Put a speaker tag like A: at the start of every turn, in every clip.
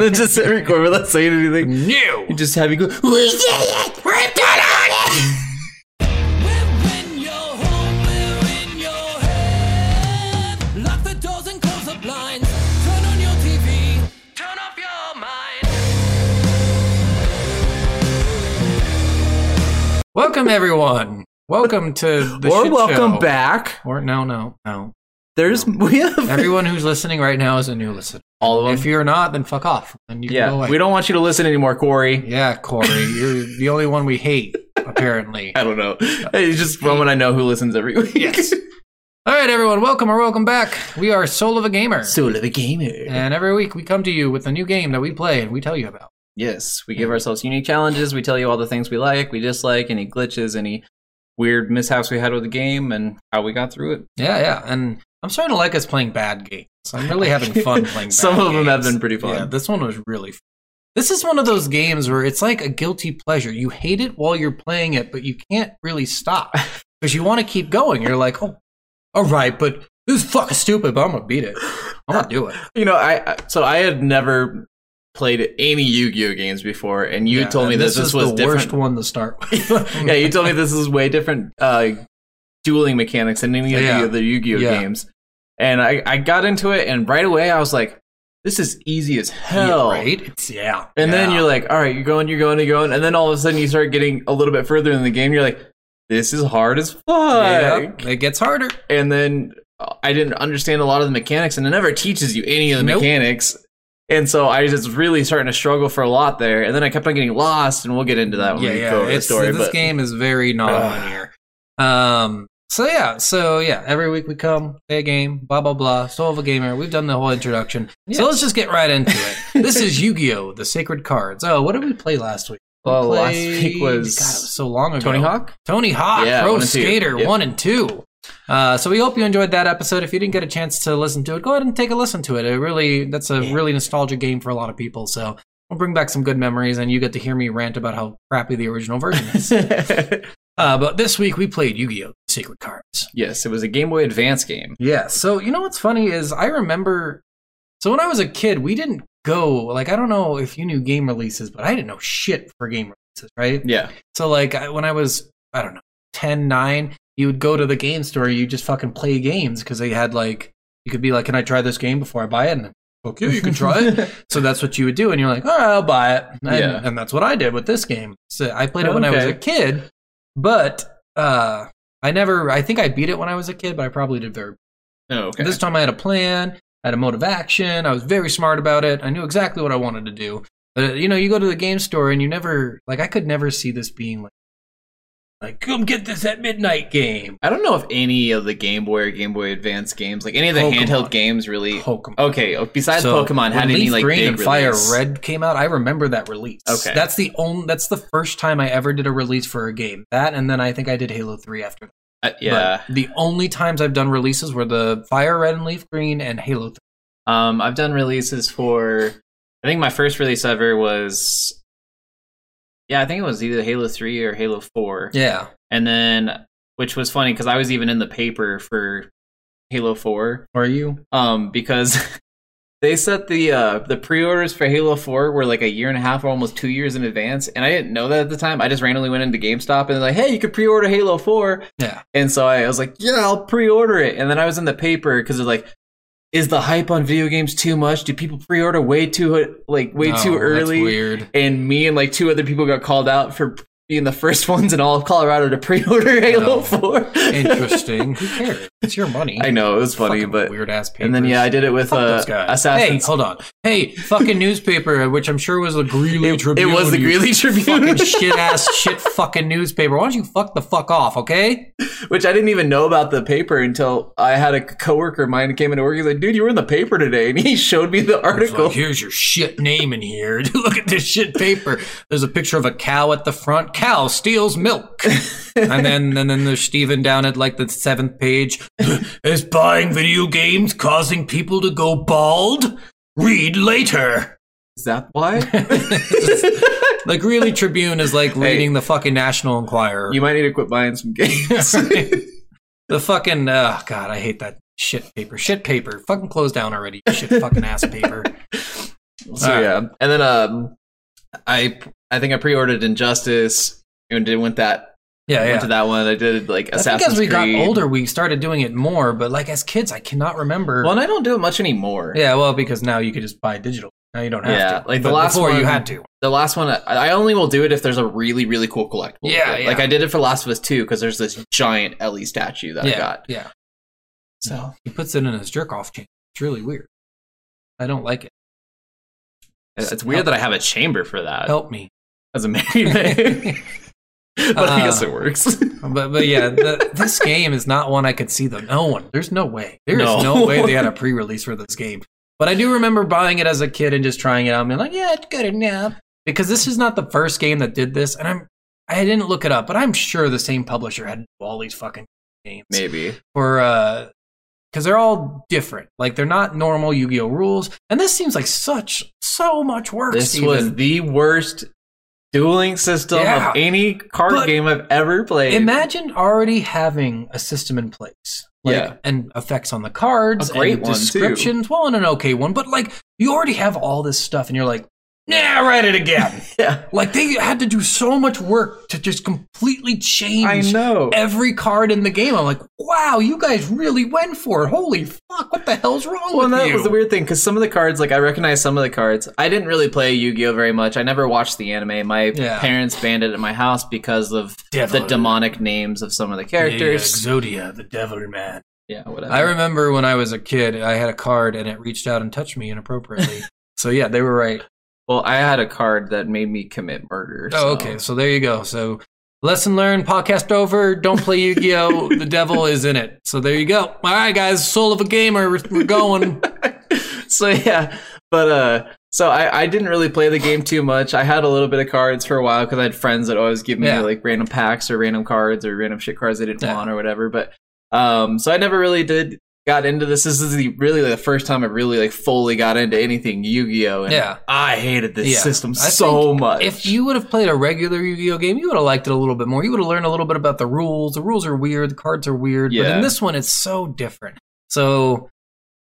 A: it just record without saying anything.
B: New.
A: You just have you go. We did it. We did it.
C: When you're home, we're in your head. Lock the doors and close the blinds. Turn on your TV. Turn off your mind.
B: Welcome everyone. Welcome to the
A: or
B: shit
A: welcome
B: show.
A: back.
B: Or no, no, no.
A: There's we have
B: Everyone who's listening right now is a new listener.
A: all
B: If you're not, then fuck off. Then you can go
A: Yeah,
B: away.
A: we don't want you to listen anymore, Corey.
B: Yeah, Corey, you're the only one we hate, apparently.
A: I don't know. It's just someone I know who listens every week.
B: Yes. All right, everyone, welcome or welcome back. We are Soul of a Gamer.
A: Soul of a gamer.
B: And every week we come to you with a new game that we play and we tell you about.
A: Yes, we give ourselves unique challenges. We tell you all the things we like, we dislike, any glitches, any weird mishaps we had with the game, and how we got through it.
B: Yeah, yeah. And I'm starting to like us playing bad games. I'm really having fun playing bad
A: Some of them have
B: games.
A: been pretty fun.
B: Yeah, this one was really fun. This is one of those games where it's like a guilty pleasure. You hate it while you're playing it, but you can't really stop because you want to keep going. You're like, oh, all right, but this is fucking stupid, but I'm going to beat it. I'm going to do it.
A: You know, I I- so I had never played any Yu-Gi-Oh games before, and you
B: Yeah,
A: told me
B: and
A: that this,
B: is
A: was
B: the
A: different.
B: worst one to start with.
A: yeah, you told me this is way different uh, dueling mechanics than any of
B: Yeah.
A: the other Yu-Gi-Oh
B: Yeah.
A: games. And I, I got into it, and right away I was like, "This is easy as hell."
B: Yeah, right? It's, yeah.
A: And then
B: yeah.
A: you're like, "All right, you're going, you're going, you're going," and then all of a sudden you start getting a little bit further in the game. You're like, "This is hard as fuck."
B: Yep, it gets harder.
A: and then uh, I didn't understand a lot of the mechanics, and it never teaches you any of the
B: Nope.
A: mechanics. And so I was just really starting to struggle for a lot there, and then I kept on getting lost, and we'll get into that when
B: yeah,
A: we
B: yeah.
A: go over the
B: it's-
A: story.
B: This
A: But
B: game is very nonlinear. um. So yeah. So yeah. Every week we come, play a game, blah blah blah. Soul of a gamer. We've done the whole introduction. So let's just get right into it. this is Yu-Gi-Oh! The Sacred Cards. Oh, what did we play last week? We
A: Well, last week
B: God, it
A: was
B: was so long ago.
A: Tony Hawk,
B: Tony Hawk,
A: Yeah,
B: Pro
A: one and two.
B: Skater
A: Yep.
B: One and Two. Uh, so we hope you enjoyed that episode. If you didn't get a chance to listen to it, go ahead and take a listen to it. It really that's a really nostalgic game for a lot of people. So we'll bring back some good memories, and you get to hear me rant about how crappy the original version is. uh, but this week we played Yu-Gi-Oh! Secret Cards.
A: yes, it was a Game Boy Advance game.
B: Yeah. So you know what's funny is I remember. So when I was a kid, we didn't go like I don't know if you knew game releases, but I didn't know shit for game releases, right?
A: Yeah,
B: So like I, when I was I don't know 10, 9, you would go to the game store, you just fucking play games because they had like you could be like, can I try this game before I buy it? And okay, you can try it. so that's what you would do, and you're like, all right, I'll buy it. And,
A: Yeah.
B: and that's what I did with this game. So I played it when I was
A: Okay.
B: a kid, but uh, I never. I think I beat it when I was a kid, but I probably did very
A: oh, okay.
B: this time I had a plan, I had a mode of action, I was very smart about it. I knew exactly what I wanted to do. But uh, you know, you go to the game store and you never like I could never see this being like like come get this at midnight game.
A: I don't know if any of the Game Boy or Game Boy Advance games, like any of the
B: Pokemon.
A: handheld games, really.
B: Pokemon.
A: Okay, oh, besides
B: So,
A: Pokemon, had
B: when
A: any
B: Leaf
A: like
B: Green
A: big
B: and Fire
A: release? Uh,
B: Red came out, I remember that release.
A: Okay.
B: That's the only that's the first time I ever did a release for a game. That and then I think I did Halo 3 after that.
A: Uh,
B: But
A: yeah,
B: the only times I've done releases were the Fire Red and Leaf Green and Halo 3.
A: Um, I've done releases for. I think my first release ever was. Yeah, I think it was either Halo Three or Halo Four,
B: Yeah.
A: and then which was funny because I was even in the paper for Halo Four,
B: Are you?
A: um, because they set the uh the pre-orders for Halo Four were like a year and a half or almost two years in advance, and I didn't know that at the time. I just randomly went into GameStop and they're like, "Hey, you could pre-order Halo 4.
B: Yeah.
A: And so I was like, yeah, I'll pre-order it. And then I was in the paper because it's like, is the hype on video games too much? Do people pre-order way too like way
B: No,
A: too
B: Oh, that's
A: early?
B: weird.
A: And me and like two other people got called out for being the first ones in all of Colorado to pre-order Halo
B: No.
A: 4.
B: Interesting. Who cares? It's your money.
A: I know it was funny, but
B: weird ass paper.
A: and then yeah, I did it with
B: Fuck
A: uh,
B: those guys. Hey,
A: Assassin's.
B: hold on. Hey, fucking newspaper, which I'm sure was the Greeley
A: it
B: Tribune.
A: was the
B: you
A: Greeley Tribune,
B: Fucking shit ass shit fucking newspaper. Why don't you fuck the fuck off, okay?
A: which I didn't even know about the paper until I had a coworker of mine who came into work. He's like, "Dude, you were in the paper today," and he showed me the
B: It's
A: article.
B: Like, here's your shit name in here. Look at this shit paper. There's a picture of a cow at the front. Cow steals milk. and then and then there's Steven down at like the seventh page. Is buying video games causing people to go bald? Read later.
A: Is that why?
B: Like really, Tribune is like reading the fucking National Enquirer.
A: You might need to quit buying some games.
B: the fucking oh god, I hate that shit paper. Shit paper. Fucking close down already. you Shit fucking ass paper.
A: So
B: Alright.
A: yeah, and then um, I I think I pre-ordered Injustice and did went that
B: Yeah,
A: went
B: yeah.
A: to that one. I did like
B: I think
A: Assassin's
B: as we got
A: Creed.
B: older, we started doing it more, but like as kids, I cannot remember.
A: Well, and I don't do it much anymore.
B: yeah, well, because now you could just buy digital. Now you don't have
A: Yeah,
B: to.
A: like the
B: But
A: last
B: before you
A: one-
B: had to.
A: The last one, I, I only will do it if there's a really really cool collectible.
B: Yeah,
A: Like,
B: yeah.
A: Like I did it for Last of Us Two because there's this giant Ellie statue that
B: yeah,
A: I got.
B: yeah.
A: So
B: He puts it in his jerk off chain. It's really weird. I don't like it.
A: it's it's weird that I have a chamber for that
B: Help me.
A: as a married man. but I
B: Uh,
A: guess it works.
B: But but yeah, the, this game is not one I could see though. No one. There's no way. There is no.
A: No.
B: way they had a pre-release for this game. But I do remember buying it as a kid and just trying it out and being like, yeah, it's good enough. Because this is not the first game that did this, and I'm I didn't look it up, but I'm sure the same publisher had all these fucking games
A: Maybe.
B: for uh because they're all different. Like they're not normal Yu-Gi-Oh rules, and this seems like such so much work.
A: This
B: Steven.
A: was the worst dueling system
B: Yeah.
A: of any card
B: But-
A: game I've ever played.
B: Imagine already having a system in place, like,
A: Yeah.
B: and effects on the cards,
A: A great
B: and
A: one, too.
B: descriptions. Well, and an okay one, but like you already have all this stuff, and you're like, nah, write it again.
A: yeah,
B: like they had to do so much work to just completely
A: I
B: change
A: know.
B: every card in the game. I'm like, wow, you guys really went for it. Holy fuck, what the hell's wrong
A: Well, and
B: with
A: that
B: you?
A: was the weird thing because some of the cards, like I recognize some of the cards. I didn't really play Yu-Gi-Oh very much. I never watched the anime. My
B: Yeah.
A: parents banned it at my house because of
B: Devil.
A: the demonic names of some of the characters.
B: Exodia, the Devil Man.
A: Yeah, whatever.
B: I remember when I was a kid, I had a card and it reached out and touched me inappropriately. so yeah, they were right.
A: well, I had a card that made me commit murder.
B: Oh,
A: so-
B: okay. So there you go. So lesson learned, podcast over. Don't play Yu Gi Oh! the devil is in it. So there you go. All right, guys. Soul of a gamer. We're, we're going.
A: so yeah but uh so I, I didn't really play the game too much i had a little bit of cards for a while because i had friends that always give me
B: Yeah.
A: like random packs or random cards or random shit cards they didn't
B: Yeah.
A: want or whatever but um so i never really did got into this this is the really the first time i really like fully got into anything yu-gi-oh and
B: Yeah.
A: i hated this
B: Yeah.
A: system
B: I
A: so
B: think
A: much
B: If you would have played a regular Yu Gi Oh! game, you would have liked it a little bit more. You would have learned a little bit about the rules. The rules are weird. The cards are weird. But
A: Yeah.
B: in this one, it's so different. So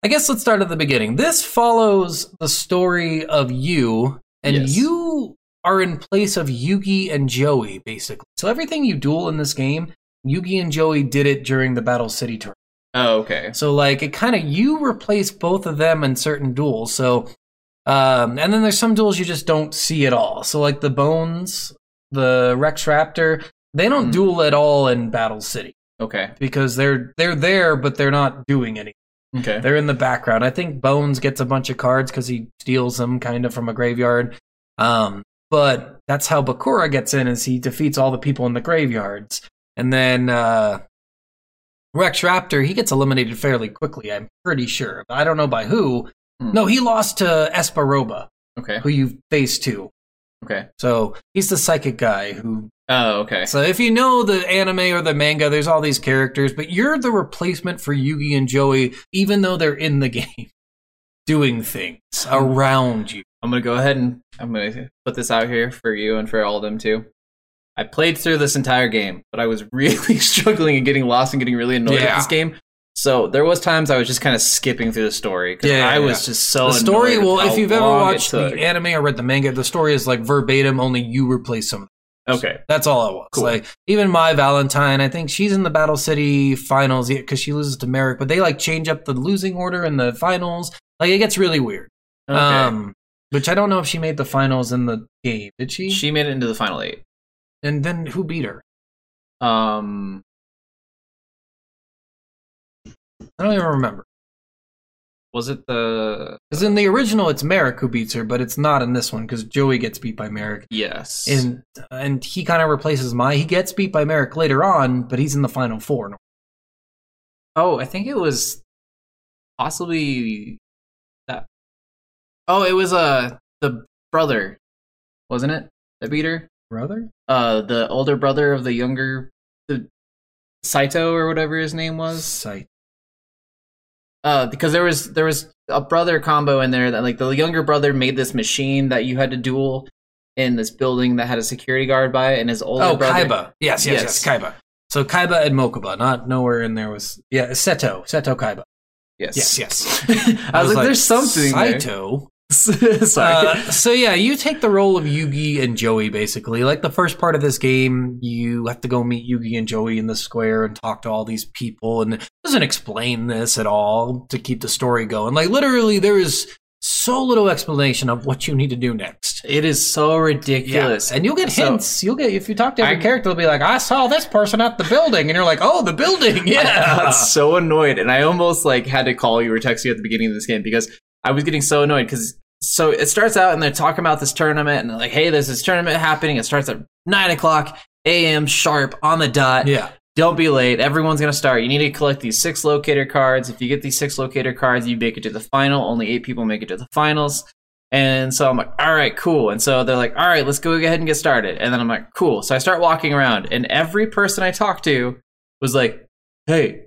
B: I guess let's start at the beginning. This follows the story of you, and
A: Yes.
B: you are in place of Yugi and Joey, basically. So everything you duel in this game, Yugi and Joey did it during the Battle City tour.
A: oh okay
B: So like it kind of you replace both of them in certain duels. So um and then there's some duels you just don't see at all. So like the bones, the Rex Raptor, they don't
A: Mm.
B: duel at all in Battle City
A: okay
B: because they're they're there but they're not doing anything.
A: okay
B: They're in the background. I think Bones gets a bunch of cards because he steals them kind of from a graveyard. Um, but that's how Bakura gets in is he defeats all the people in the graveyards. And then uh, Rex Raptor, he gets eliminated fairly quickly, I'm pretty sure. I don't know by who.
A: Hmm.
B: No, he lost to Esparoba,
A: okay
B: who you faced too.
A: okay
B: So he's the psychic guy who
A: oh okay
B: so if you know the anime or the manga, there's all these characters, but you're the replacement for Yugi and Joey, even though they're in the game, doing things around you.
A: I'm gonna go ahead and I'm gonna put this out here for you and for all of them too. I played through this entire game, but I was really struggling and getting lost and getting really annoyed
B: Yeah.
A: at this game. So there was times I was just kind of skipping through the story because
B: Yeah,
A: I
B: yeah.
A: was just so.
B: the story,
A: annoyed with
B: well,
A: how
B: if you've ever
A: long it
B: watched the
A: took.
B: anime or read the manga, the story is like verbatim, only you replace some.
A: okay,
B: That's all it was.
A: Cool.
B: Like even my Valentine, I think she's in the Battle City finals because she loses to Merrick, but they like change up the losing order in the finals. Like it gets really weird.
A: okay.
B: Um, which I don't know if she made the finals in the game. Did she?
A: she made it into the final eight.
B: and then who beat her?
A: Um,
B: I don't even remember.
A: was it the
B: Because in the original, it's Merrick who beats her, but it's not in this one because Joey gets beat by Merrick,
A: yes?
B: and and he kind of replaces Mai. He gets beat by Merrick later on, but he's in the final four.
A: oh, I think it was possibly that. Oh, it was uh the brother, wasn't it? The beater.
B: Brother?
A: uh the older brother of the younger the Saito or whatever his name was.
B: Sight.
A: Uh because there was there was a brother combo in there that like the younger brother made this machine that you had to duel in this building that had a security guard by it and his older
B: Oh,
A: brother
B: Kaiba. Yes, yes,
A: Yes.
B: yes, Kaiba. So Kaiba and Mokuba. Not nowhere in there was yeah Seto. Seto Kaiba.
A: Yes.
B: Yes, yes.
A: I, was like, there's something there.
B: Saito.
A: Sorry.
B: Uh, so yeah, you take the role of Yugi and Joey basically. Like the first part of this game, you have to go meet Yugi and Joey in the square and talk to all these people, and it doesn't explain this at all to keep the story going. Like literally, there is so little explanation of what you need to do next.
A: it is so ridiculous.
B: and you'll get
A: So-
B: hints. you'll get if you talk to every
A: I-
B: character, they'll be like, "I saw this person at the building," and you're like, "Oh, the building,
A: I
B: yeah."
A: got so annoyed, and I almost like had to call you or text you at the beginning of this game because I was getting so annoyed. Because so it starts out, and they're talking about this tournament, and they're like, "Hey, there's this tournament happening. It starts at nine o'clock a.m. sharp on the dot.
B: yeah.
A: Don't be late. Everyone's gonna start. You need to collect these six locator cards. If you get these six locator cards, you make it to the final. Only eight people make it to the finals." And so I'm like, all right, cool. And so they're like, all right, let's go ahead and get started. And then I'm like, cool. So I start walking around, and every person I talk to was like, hey,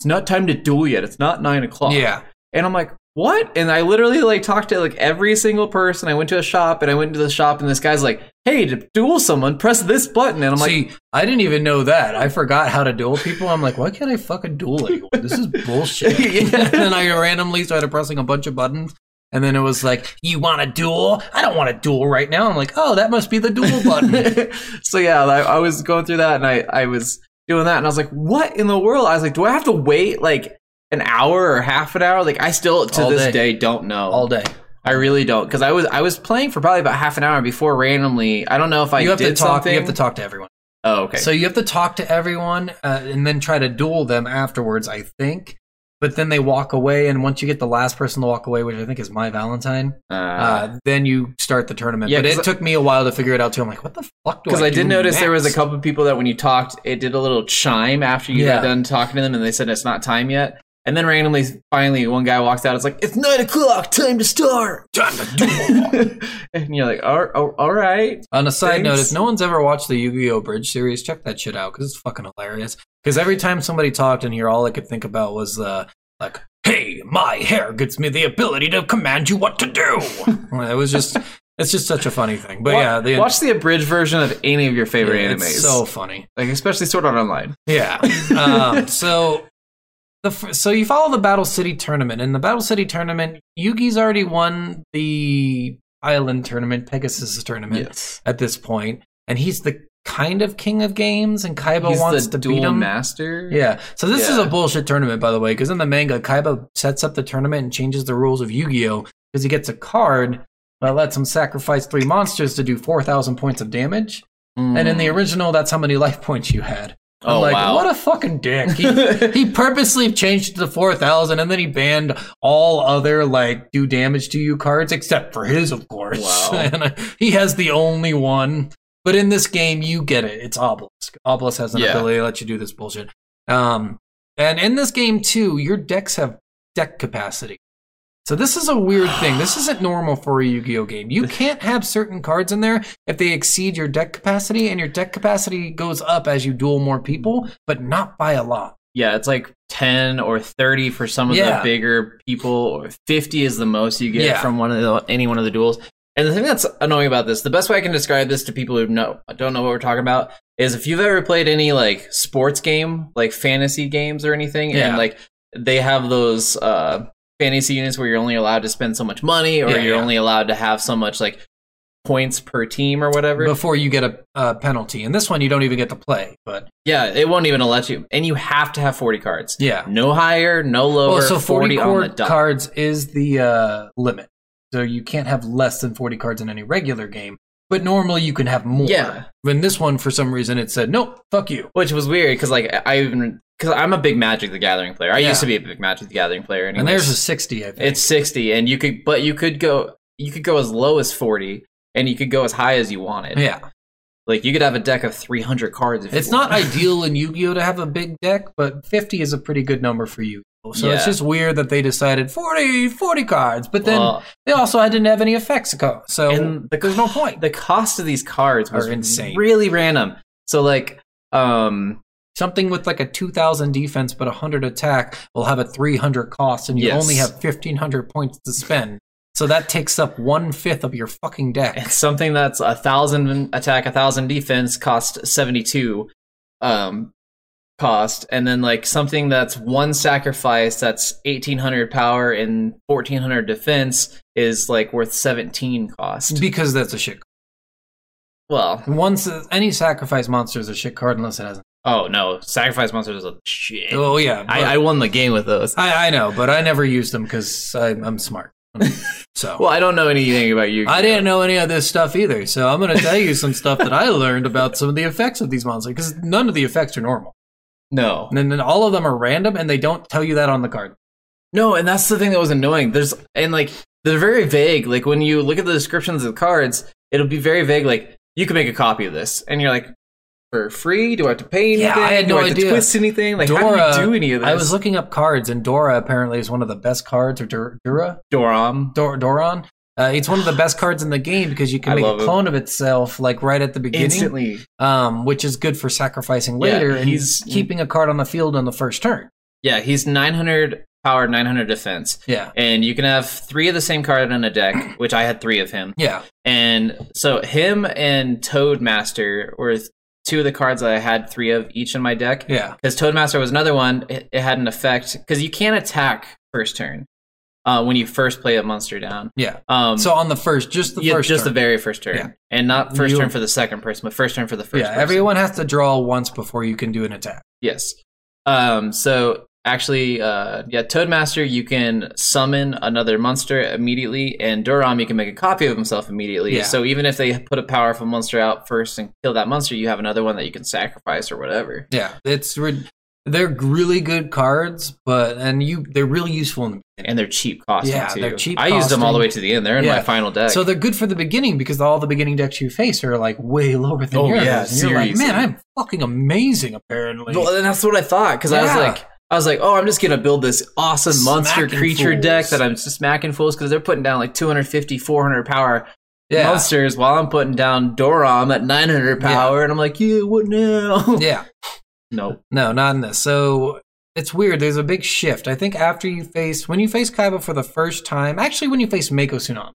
A: it's not time to duel yet. It's not nine o'clock.
B: Yeah.
A: And I'm like, what? And I literally like talked to like every single person. I went to a shop and I went into the shop, and this guy's like, hey, to duel someone, press this button. And I'm like,
B: See, I didn't even know that. I forgot how to duel people. I'm like, why can't I fucking duel anyone? This is bullshit. and
A: yeah.
B: then I randomly started pressing a bunch of buttons. And then it was like, you want to duel? I don't want to duel right now. I'm like, oh, that must be the duel button.
A: so yeah, I, I was going through that, and I I was doing that, and I was like, what in the world? I was like, do I have to wait like an hour or half an hour? Like I still to
B: All
A: this day
B: day.
A: don't know.
B: All day.
A: I really don't because I was I was playing for probably about half an hour before randomly. I don't know if I
B: you have
A: did
B: to talk.
A: something.
B: You have to talk to everyone.
A: Oh, okay.
B: So you have to talk to everyone uh, and then try to duel them afterwards, I think. But then they walk away. And once you get the last person to walk away, which I think is my Valentine,
A: because
B: uh, then you start the tournament.
A: Yeah,
B: but
A: 'cause
B: it
A: I-
B: took me a while to figure it out too. I'm like, what the fuck? Because
A: I, did notice there was a
B: next?
A: couple of people that when you talked, it did a little chime after you
B: Yeah.
A: got done talking to them, and they said it's not time yet. And then randomly, finally, one guy walks out. It's like it's nine o'clock, time to start.
B: Time to duel.
A: and you're like, all, all, all right.
B: On a side note,
A: Thanks.
B: if no one's ever watched the Yu-Gi-Oh! Bridge series, check that shit out because it's fucking hilarious. Because every time somebody talked in here, all I could think about was uh, like, "Hey, my hair gives me the ability to command you what to do." it was just, it's just such a funny thing. But
A: Wa-
B: yeah, the
A: watch the abridged version of any of your favorite
B: yeah,
A: animes,
B: it's so funny.
A: like especially Sword Art Online.
B: Yeah. Um, so the f- so you follow the Battle City tournament. In the Battle City tournament, Yugi's already won the Island tournament, Pegasus tournament
A: Yes,
B: at this point, and he's the kind of king of games, and Kaiba
A: he's
B: wants
A: the
B: to
A: dual
B: beat him.
A: master.
B: Yeah, so this is
A: Yeah.
B: a bullshit tournament, by the way, because in the manga, Kaiba sets up the tournament and changes the rules of Yu-Gi-Oh because he gets a card that lets him sacrifice three monsters to do four thousand points of damage, and
A: Mm.
B: in the original, that's how many life points you had. I'm
A: Oh,
B: like,
A: wow.
B: what a fucking dick. He, he purposely changed it to 4,000 and then he banned all other, like, do damage to you cards except for his, of course.
A: Wow.
B: and uh, he has the only one. But in this game, you get it. It's Obelisk. Obelisk has an
A: Yeah.
B: ability to let you do this bullshit. Um, and in this game, too, your decks have deck capacity. So this is a weird thing. This isn't normal for a Yu-Gi-Oh game. You can't have certain cards in there if they exceed your deck capacity, and your deck capacity goes up as you duel more people, but not by a lot.
A: yeah, it's like ten or thirty for some of
B: Yeah.
A: the bigger people, or fifty is the most you get
B: Yeah.
A: from one of the, any one of the duels. And the thing that's annoying about this, the best way I can describe this to people who know don't know what we're talking about, is if you've ever played any like sports game, like fantasy games or anything,
B: Yeah.
A: and like they have those uh fantasy units where you're only allowed to spend so much money or
B: Yeah,
A: you're
B: yeah.
A: only allowed to have so much like points per team or whatever.
B: before you get a, a penalty. And this one, you don't even get to play. But
A: yeah, it won't even let you. And you have to have 40 cards.
B: yeah,
A: No higher, no lower,
B: well, Oh, so
A: 40,
B: forty,
A: on the
B: card
A: dot.
B: cards is the uh, limit. So you can't have less than forty cards in any regular game. But normally you can have more.
A: Yeah.
B: In this one, for some reason, it said nope, fuck you.
A: Which was weird because like I even because I'm a big Magic the Gathering player. I
B: Yeah.
A: used to be a big Magic the Gathering player, anyways.
B: And there's a sixty. I think
A: it's 60, and you could but you could go you could go as low as 40, and you could go as high as you wanted.
B: yeah.
A: Like you could have a deck of 300 cards. If you
B: It's not
A: want.
B: ideal in Yu-Gi-Oh to have a big deck, but 50 is a pretty good number for you. So
A: Yeah.
B: it's just weird that they decided 40, 40 cards, but then
A: Well,
B: they also I didn't have any effects co- so
A: And the-
B: there's no point.
A: the cost of these cards was
B: Are insane.
A: really random. So like um
B: Something with like a 2000 defense but 100 attack will have a 300 cost, and you
A: Yes.
B: only have 1500 points to spend. So that takes up one fifth of your fucking deck.
A: it's something that's a thousand attack, a thousand defense, cost seventy two, um, cost, and then like something that's one sacrifice, that's eighteen hundred power and fourteen hundred defense is like worth 17 cost.
B: because that's a shit.
A: Well,
B: card. Once any sacrifice monster is a shit card unless it has.
A: oh no, sacrifice monster is a shit.
B: Oh yeah, but-
A: I, I won the game with those.
B: I, I know, but I never used them because I'm smart. So
A: Well, I don't know anything about you.
B: I didn't know any of this stuff either. So I'm going to tell you some stuff that I learned about some of the effects of these monsters because none of the effects are normal.
A: No.
B: And then all of them are random and they don't tell you that on the card.
A: No, and that's the thing that was annoying. There's and like they're very vague. Like when you look at the descriptions of the cards, it'll be very vague. Like you can make a copy of this, and you're like, for free? Do I have to pay anything?
B: Yeah, I had
A: do
B: no
A: I have
B: idea.
A: To twist anything? Like how
B: Dora-
A: do you do any of this?
B: I was looking up cards and Dora apparently is one of the best cards or Dur- Dura?
A: Dorom.
B: Dor- Doron? Uh, it's one of the best cards in the game because you
A: I
B: can make
A: love
B: a
A: him.
B: clone of itself like right at the beginning,
A: Instantly,
B: um, which is good for sacrificing
A: Yeah,
B: later and
A: he's-
B: keeping a card on the field on the first turn.
A: yeah, he's 900 power, 900 defense,
B: Yeah.
A: and you can have three of the same card in a deck, which I had three of him.
B: Yeah.
A: And so him and Toadmaster were two of the cards that I had three of each in my deck.
B: Yeah.
A: because Toadmaster was another one. It, it had an effect because you can't attack first turn uh, when you first play a monster down.
B: Yeah.
A: Um,
B: So on the first, just the
A: yeah,
B: first,
A: just
B: turn.
A: the very first turn,
B: Yeah.
A: and not first
B: You-
A: turn for the second person, but first turn for the first.
B: yeah,
A: person.
B: everyone has to draw once before you can do an attack.
A: Yes. Um, so actually, uh, yeah, Toadmaster, you can summon another monster immediately, and Duram, you can make a copy of himself immediately.
B: Yeah.
A: So even if they put a powerful monster out first and kill that monster, you have another one that you can sacrifice or whatever.
B: Yeah, it's re- they're really good cards, but and you they're really useful in the
A: And they're cheap costing
B: Yeah,
A: too.
B: they're cheap
A: I used them all the
B: costing.
A: way to the end. They're in my
B: Yeah.
A: final deck.
B: so they're good for the beginning because all the beginning decks you face are like way lower than
A: Oh,
B: yours.
A: yeah,
B: and you're like,
A: seriously.
B: man, I'm fucking amazing. Apparently,
A: Well, and that's what I thought because I was
B: Yeah.
A: like, I was like, oh, I'm just gonna build this awesome monster
B: Smacking
A: creature deck
B: fools.
A: that I'm just smacking fools because they're putting down like 250, 400 power
B: yeah,
A: monsters while I'm putting down Dorom at 900
B: Yeah.
A: power, and I'm like, yeah, what now?
B: yeah,
A: no,
B: no, not in this. So it's weird. There's a big shift. I think after you face when you face Kaiba for the first time, actually when you face Mako Tsunami.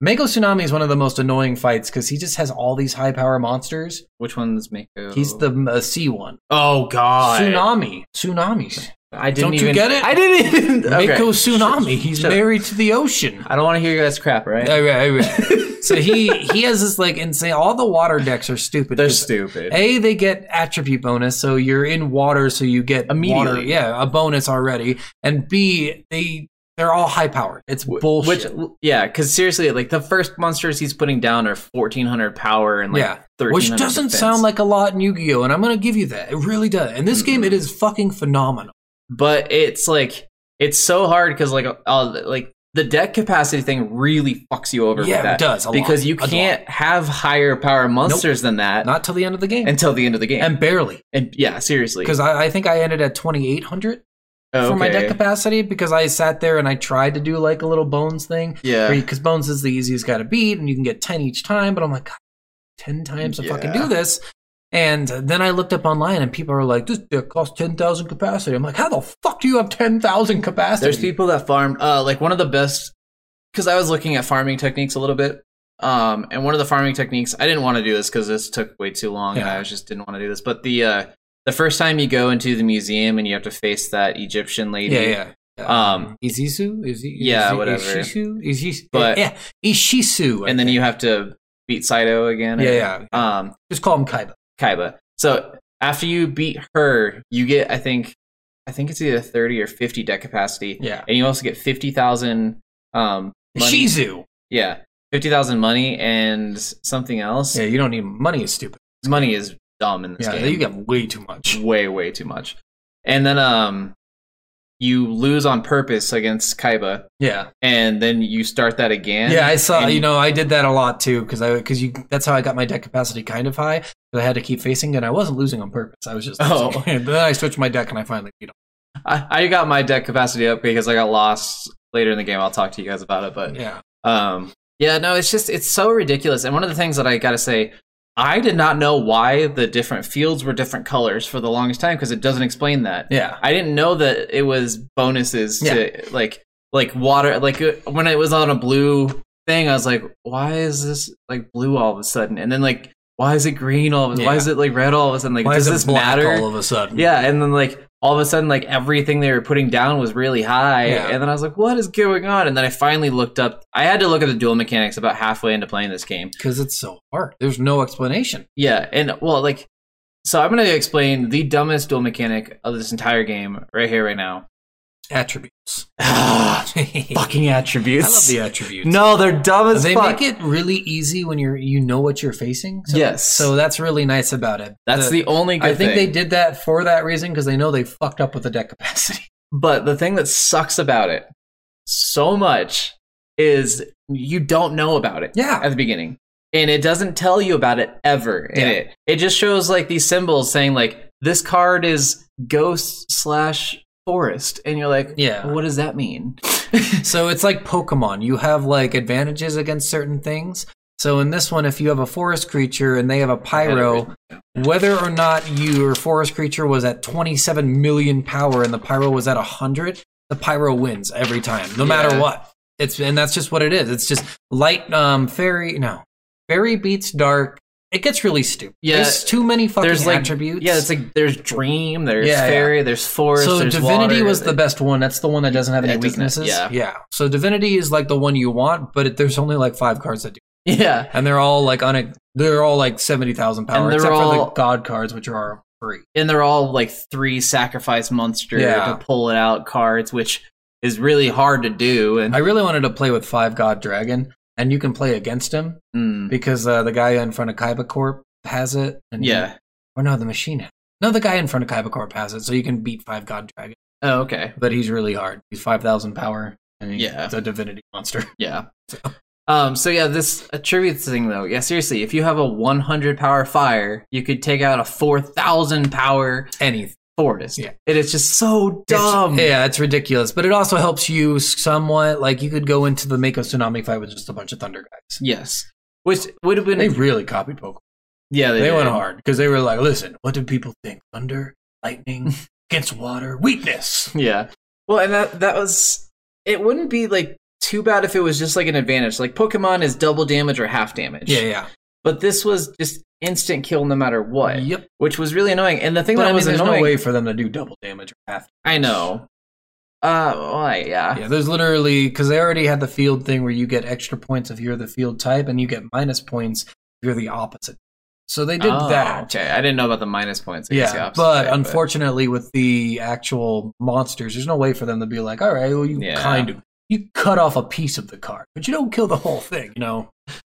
B: Mako Tsunami is one of the most annoying fights because he just has all these high power monsters.
A: which one's Mako?
B: He's the uh, C one.
A: oh god,
B: Tsunami. Tsunamis.
A: I didn't
B: Don't you
A: even,
B: get it?
A: I didn't even okay.
B: Mako Tsunami. He's
A: shut up.
B: married to the ocean.
A: I don't want to hear you guys crap, right?
B: All right, all right. oh, so he he has this like insane. All the water decks are stupid.
A: They're
B: 'cause
A: stupid.
B: A, they get attribute bonus, so you're in water, so you get
A: Immediately.
B: water- yeah, a bonus already. And B, they they're all high powered. It's
A: Wh-
B: bullshit.
A: Which, yeah, because seriously, like the first monsters he's putting down are 1400 power and like
B: Yeah.
A: 1300
B: Which doesn't
A: defense.
B: sound like a lot in Yu-Gi-Oh, and I'm gonna give you that. It really does. In this game,
A: Mm-mm.
B: it is fucking phenomenal.
A: but it's like it's so hard because like uh, like the deck capacity thing really fucks you over
B: Yeah,
A: with that
B: it does a lot.
A: because you
B: A lot.
A: can't have higher power monsters than that
B: Not till the end of the game,
A: until the end of the game and,
B: and barely.
A: yeah seriously
B: Because I, I think I ended at 2,800
A: okay.
B: for my deck capacity because I sat there and I tried to do like a little Bones thing.
A: yeah
B: Because Bones is the easiest guy to beat and you can get 10 each time. But I'm like, God, 10 times to fucking
A: Yeah.
B: do this. And then I looked up online and people are like, this deck costs 10,000 capacity. I'm like, how the fuck do you have 10,000 capacity?
A: there's people that farm uh like one of the best because I was looking at farming techniques a little bit um and one of the farming techniques I didn't want to do this because this took way too long and
B: Yeah.
A: I was- just didn't want to do this but the uh the first time you go into the museum and you have to face that Egyptian lady
B: Yeah, yeah.
A: Um,
B: Isisu? Is he,
A: yeah,
B: is,
A: whatever.
B: Ishisu? Ishi-
A: But-
B: yeah, Ishisu. I
A: and then
B: think.
A: you have to beat Saito again.
B: Yeah,
A: and-
B: yeah.
A: Um,
B: Just call him Kaiba.
A: Kaiba. So after you beat her, you get I think, I think it's either thirty or fifty deck capacity,
B: Yeah.
A: and you also get fifty thousand. Um, money.
B: Shizu.
A: yeah, fifty thousand money and something else.
B: Yeah, you don't need money. Is stupid.
A: Money is dumb in this
B: Yeah,
A: game.
B: you got way too much.
A: way way too much, and then um, you lose on purpose against Kaiba,
B: Yeah,
A: and then you start that again.
B: yeah. I saw.
A: and-
B: You know, I did that a lot too because I because you. That's how I got my deck capacity kind of high. But I had to keep facing, and I wasn't losing on purpose. I was just.
A: Oh.
B: losing. And then I switched my deck, and I finally beat him.
A: I, I got my deck capacity up because I got lost later in the game. I'll talk to you guys about it, but
B: Yeah,
A: um, yeah, no, it's just it's so ridiculous. And one of the things that I gotta say, I did not know why the different fields were different colors for the longest time because it doesn't explain that.
B: yeah,
A: I didn't know that it was bonuses to like like water like uh, when it was on a blue thing, I was like, why is this like blue all of a sudden? And then like, why is it green all of a sudden? Why
B: Yeah.
A: is it like red all of a sudden? Like,
B: Why
A: does
B: is it
A: this
B: black
A: matter?
B: all of a sudden?
A: Yeah, and then like all of a sudden like everything they were putting down was really high
B: Yeah.
A: and then i was like what is going on and then i finally looked up i had to look at the dual mechanics about halfway into playing this game
B: because it's so hard. There's no explanation.
A: yeah and well like so i'm going to explain the dumbest dual mechanic of this entire game right here right now
B: Attributes.
A: Ah,
B: I
A: fucking attributes
B: love the attributes.
A: no they're dumb as
B: they
A: fuck
B: make it really easy when you're you know what you're facing. So,
A: Yes.
B: so that's really nice about it.
A: that's the, only good
B: I think
A: thing.
B: they did that for that reason because they know they fucked up with the deck capacity.
A: But the thing that sucks about it so much is you don't know about it
B: Yeah,
A: at the beginning. And it doesn't tell you about it ever in
B: Yeah.
A: it. It just shows like these symbols saying like this card is ghost slash forest. And you're like,
B: Yeah.
A: what does that mean?
B: So it's like Pokemon. You have like advantages against certain things. So in this one, if you have a forest creature and they have a pyro, whether or not your forest creature was at 27 million power and the pyro was at 100, the pyro wins every time, no matter
A: Yeah.
B: what. It's and that's just what it is. It's just light um fairy no. Fairy beats dark. It gets really stupid.
A: Yeah.
B: There's too many fucking
A: There's like
B: attributes.
A: Yeah, it's like there's dream, there's
B: Yeah, yeah.
A: fairy, there's forest.
B: so
A: there's
B: divinity
A: water,
B: was the
A: there-
B: best one. That's the one that doesn't have any
A: That doesn't have-
B: weaknesses.
A: yeah.
B: So divinity is like the one you want, but it, there's only like five cards that do,
A: Yeah.
B: and they're all like on a they're all like seventy thousand power,
A: And they're
B: except for
A: all-
B: the god cards, which are free.
A: and they're all like three sacrifice monster
B: Yeah.
A: to pull it out cards, which is really hard to do. And
B: I really wanted to play with five god dragon, and you can play against him
A: Mm,
B: because uh, the guy in front of Kaiba Corp has it. And he-
A: yeah.
B: or no, the machine. Has. No, the guy in front of Kaiba Corp has it, so you can beat five god dragon,
A: Oh, okay.
B: but he's really hard. He's five thousand power, and he's
A: Yeah.
B: a divinity monster.
A: Yeah. Um. So yeah, this attributes thing though. Yeah, seriously, if you have a 100 power fire, you could take out a 4,000 power
B: Anything.
A: forest.
B: Yeah.
A: It is just so
B: It's-
A: dumb.
B: yeah, it's ridiculous, but it also helps you somewhat. Like you could go into the Mako tsunami fight with just a bunch of Thunder guys.
A: yes. Which would have been
B: They really copied Pokemon.
A: yeah they,
B: They went
A: did.
B: hard because they were like, "Listen, what do people think? Thunder, lightning against water, weakness."
A: Yeah. Well, and that that was it wouldn't be like too bad if it was just like an advantage. Like Pokemon is double damage or half damage.
B: Yeah, yeah,
A: But this was just instant kill no matter what,
B: yep.
A: which was really annoying. And the thing
B: But
A: that
B: I mean,
A: was
B: there's
A: annoying,
B: no way for them to do double damage after.
A: I know. Uh, why? yeah.
B: Yeah, there's literally because they already had the field thing where you get extra points if you're the field type, and you get minus points if you're the opposite. So they did
A: Oh,
B: that.
A: Okay, I didn't know about the minus points. I guess the
B: Yeah,
A: opposite
B: but
A: way,
B: unfortunately, with the actual monsters, there's no way for them to be like, all right, well, you
A: Yeah.
B: kind of you cut off a piece of the card, but you don't kill the whole thing. You know,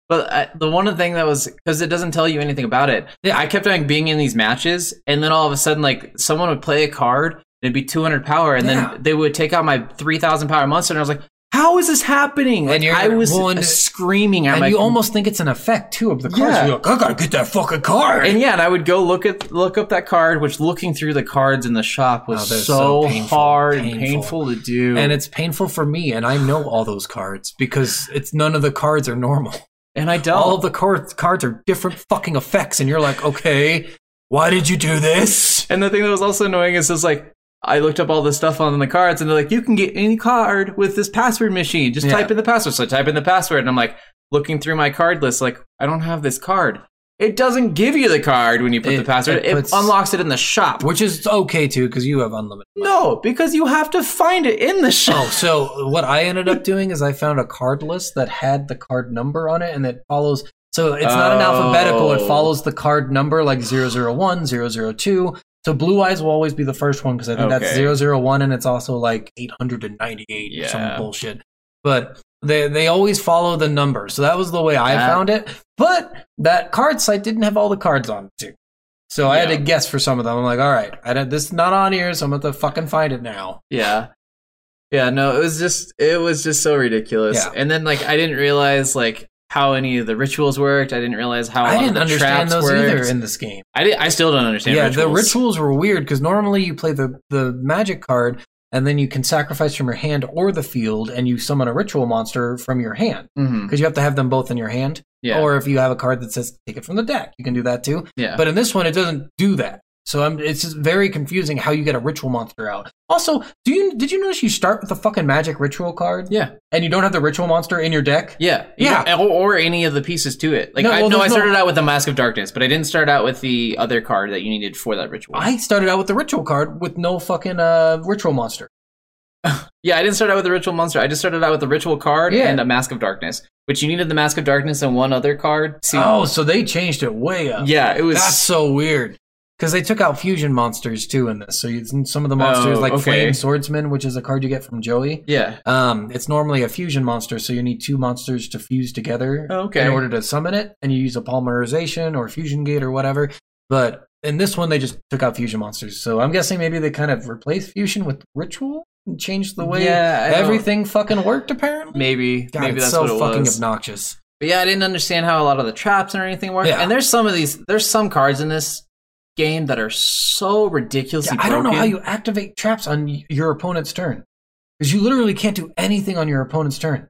A: but I, the one thing that was because it doesn't tell you anything about it.
B: Yeah.
A: I kept on being in these matches, and then all of a sudden, like someone would play a card, and it'd be 200 power, and
B: Yeah.
A: then they would take out my 3,000 power monster, and I was like, "How is this happening?" Like,
B: you're-
A: I was
B: well, and-
A: screaming at
B: and
A: my
B: you almost think it's an effect too of the cards.
A: Yeah.
B: You're like, I gotta get that fucking card.
A: and yeah, and I would go look at look up that card, which looking through the cards in the shop
B: Oh,
A: was
B: they're
A: so,
B: so painful,
A: hard and
B: painful.
A: painful to do.
B: And it's painful for me, and I know all those cards because it's none of the cards are normal.
A: and I don't.
B: All of the cards cards are different fucking effects, and you're like, okay, why did you do this?
A: And the thing that was also annoying is just like I looked up all this stuff on the cards, and they're like, you can get any card with this password machine. Just
B: Yeah.
A: type in the password. So I type in the password, and I'm like looking through my card list, like I don't have this card. It doesn't give you the card when you put
B: It-
A: the password.
B: it
A: It,
B: puts-
A: unlocks it in the shop.
B: Which is okay too, because you have unlimited.
A: No, because you have to find it in the shop.
B: Oh, so what I ended up doing is I found a card list that had the card number on it and it follows. So it's not an
A: Oh.
B: alphabetical, it follows the card number like 001, 002. So Blue Eyes will always be the first one because I think
A: Okay.
B: that's 001 and it's also like 898 or some
A: Yeah.
B: bullshit. But they, they always follow the number. So that was the way I
A: That-
B: found it. But that card site didn't have all the cards on it too. So I had
A: Yeah.
B: to guess for some of them. I'm like, all right, I don't, this is not on here, so I'm going to fucking find it now.
A: Yeah. Yeah, no, it was just it was just so ridiculous.
B: Yeah.
A: And then like I didn't realize like how any of the rituals worked. I didn't realize how a lot
B: I
A: of
B: didn't
A: the
B: understand
A: traps
B: those
A: worked.
B: either in this game.
A: I did, I still don't understand
B: yeah, the
A: rituals.
B: rituals were weird because normally you play the, the magic card and then you can sacrifice from your hand or the field and you summon a ritual monster from your hand
A: Mhm.
B: because you have to have them both in your hand.
A: Yeah.
B: Or if you have a card that says take it from the deck, you can do that too.
A: yeah.
B: But in this one, it doesn't do that. So I'm, it's just very confusing how you get a ritual monster out. Also, do you did you notice you start with a fucking magic ritual card?
A: Yeah.
B: And you don't have the ritual monster in your deck?
A: Yeah, you
B: Yeah.
A: don't- Or, or any of the pieces to it. Like
B: No,
A: I
B: well,
A: no, I
B: there's no-
A: started out with the Mask of Darkness, but I didn't start out with the other card that you needed for that ritual.
B: I started out with the ritual card with no fucking uh, ritual monster.
A: yeah, I didn't start out with the ritual monster. I just started out with the ritual card
B: Yeah.
A: and a Mask of Darkness, which you needed the Mask of Darkness and one other card. See,
B: Oh, so they changed it way up.
A: yeah, it was
B: Oh, That's so weird. Because they took out fusion monsters too in this. So you, some of the monsters,
A: Oh,
B: like
A: okay.
B: Flame Swordsman, which is a card you get from Joey,
A: yeah.
B: um, it's normally a fusion monster. So you need two monsters to fuse together
A: Oh, okay.
B: in order to summon it. And you use a polymerization or fusion gate or whatever. But in this one, they just took out fusion monsters. So I'm guessing maybe they kind of replaced fusion with ritual and changed the way
A: Yeah, I don't-
B: everything fucking worked, apparently.
A: Maybe,
B: God,
A: maybe
B: it's
A: that's
B: so
A: what it
B: fucking
A: was.
B: obnoxious.
A: But yeah, I didn't understand how a lot of the traps and anything worked.
B: Yeah.
A: And there's some of these, there's some cards in this game that are so ridiculously.
B: I don't know
A: broken.
B: how you activate traps on y- your opponent's turn. Because you literally can't do anything on your opponent's turn.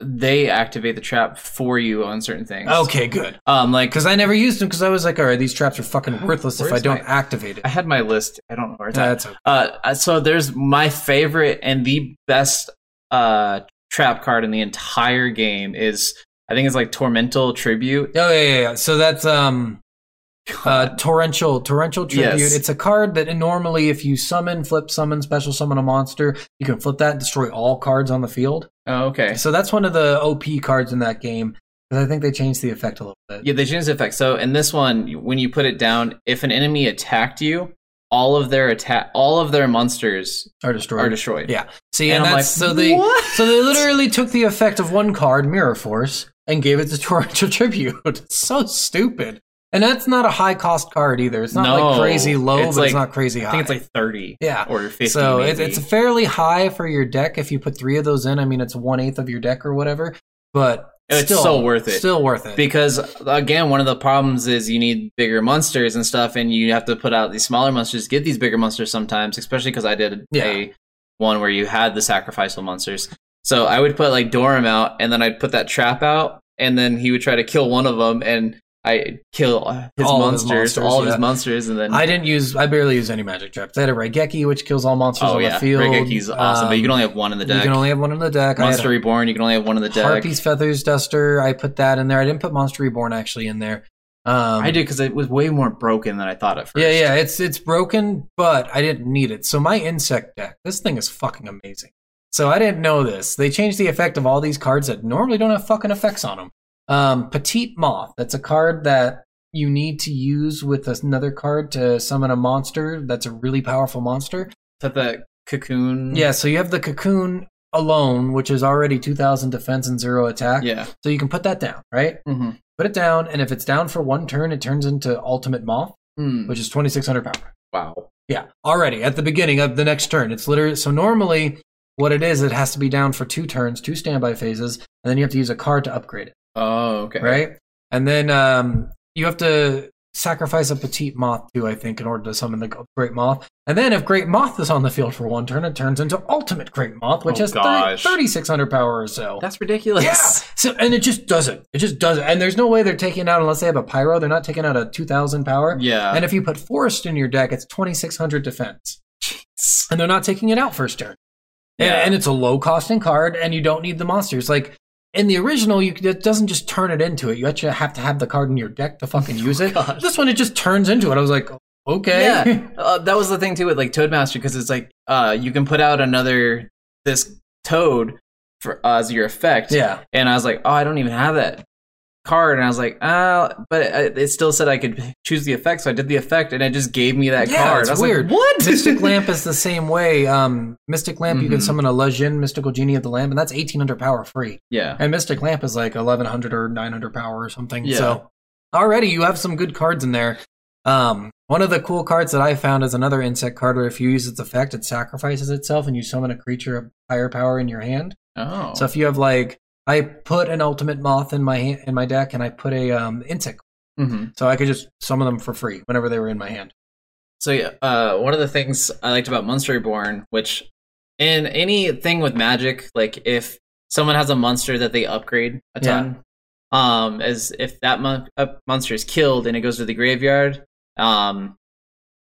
A: they activate the trap for you on certain things.
B: good.
A: Um, like
B: Because I never used them because I was like, all right, these traps are fucking worthless if
A: Where's
B: I don't
A: my-
B: activate it.
A: I had my list. I don't know where it's at.
B: That's okay.
A: Uh, so there's my favorite and the best uh trap card in the entire game is I think it's like Tormental Tribute.
B: Oh yeah, yeah, yeah. So that's um, uh, torrential, torrential tribute.
A: Yes.
B: It's a card that normally, if you summon, flip, summon, special summon a monster, you can flip that and destroy all cards on the field.
A: Oh, okay.
B: So that's one of the OP cards in that game. Because I think they changed the effect a little bit.
A: Yeah, they changed the effect. So in this one, when you put it down, if an enemy attacked you, all of their attack, all of their monsters
B: Or destroyed.
A: are destroyed.
B: Yeah. See,
A: And
B: and,
A: I'm
B: that's
A: like,
B: so they
A: "What?"
B: so they literally took the effect of one card, Mirror Force, and gave it to Torrential Tribute. It's so stupid. And that's not a high cost card either. It's not like
A: No,
B: crazy low,
A: it's
B: but it's
A: like-
B: not crazy high.
A: I think it's like thirty.
B: Yeah.
A: or fifty.
B: so it,
A: maybe.
B: it's fairly high for your deck if you put three of those in. I mean, it's one eighth of your deck or whatever, but
A: It's
B: still,
A: so worth it.
B: Still worth it.
A: because again one of the problems is you need bigger monsters and stuff and you have to put out these smaller monsters to get these bigger monsters sometimes especially because i did
B: Yeah.
A: a one where you had the sacrificial monsters so i would put like dorum out and then i'd put that trap out and then he would try to kill one of them and i kill his
B: All of his
A: monsters,
B: monsters,
A: all of
B: yeah.
A: his monsters and then
B: I didn't use. I barely use any magic traps. I had a Raigeki, which kills all monsters
A: oh
B: on
A: yeah
B: the field. Um,
A: Raigeki's awesome but you can only have one in the
B: you
A: deck
B: can only have one in the deck. I had a
A: monster reborn you can only have one in the deck
B: Harpy's Feathers Duster. I put that in there. I didn't put Monster Reborn actually in there. Um,
A: i did because it was way more broken than i thought at first
B: Yeah, yeah. It's it's broken, but I didn't need it. So my insect deck. This thing is fucking amazing. So I didn't know this. They changed the effect of all these cards that normally don't have fucking effects on them. Um, Petite Moth. That's a card that you need to use with another card to summon a monster. That's a really powerful monster.
A: Is that the cocoon
B: Yeah. So you have the Cocoon alone, which is already two thousand defense and zero attack.
A: yeah
B: So you can put that down, right?
A: mm-hmm.
B: put it down, and if it's down for one turn, it turns into Ultimate Moth,
A: Hmm.
B: which is 2600 power.
A: wow
B: Yeah, already at the beginning of the next turn. It's literally so normally what it is, it has to be down for two turns, two standby phases, and then you have to use a card to upgrade it,
A: oh okay
B: right? And then um, you have to sacrifice a petite moth too, I think, in order to summon the great moth. And then if great moth is on the field for one turn, it turns into ultimate great moth, which
A: Oh,
B: has 30-
A: gosh.
B: 3600 power or so.
A: That's ridiculous.
B: Yeah. So and it just doesn't. It just doesn't. And there's no way they're taking out unless they have a pyro. They're not taking out a two thousand power.
A: Yeah.
B: And if you put forest in your deck, it's twenty six hundred defense,
A: It's-
B: and they're not taking it out first turn. And,
A: Yeah.
B: and it's a low costing card, and you don't need the monsters. Like in the original, you it doesn't just turn it into it. You actually have to have the card in your deck to fucking use it.
A: Oh gosh.
B: This one, it just turns into it. I was like, okay.
A: Yeah. Uh, that was the thing too with like Toadmaster because it's like uh, you can put out another this toad for uh, as your effect.
B: Yeah.
A: And I was like, oh, I don't even have that card, and I was like, ah, but it, it still said I could choose the effect, so I did the effect, and it just gave me that
B: Yeah,
A: card.
B: it's
A: I was like,
B: weird.
A: what?
B: Mystic Lamp is the same way. Um, Mystic Lamp, you can
A: Mhm.
B: summon a Lejin, Mystical Genie of the Lamp, and that's 1800 power free.
A: yeah.
B: And Mystic Lamp is like 1100 or 900 power or something.
A: Yeah.
B: So already you have some good cards in there. Um, one of the cool cards that I found is another insect card where if you use its effect, it sacrifices itself and you summon a creature of higher power in your hand.
A: Oh.
B: So if you have like, I put an ultimate moth in my hand, in my deck and I put a um, insect,
A: Mhm.
B: so I could just summon them for free whenever they were in my hand.
A: So yeah, uh, one of the things I liked about Monster Reborn, which in anything with magic, like if someone has a monster that they upgrade a
B: Yeah.
A: ton, um, is if that mon- uh, monster is killed and it goes to the graveyard, um,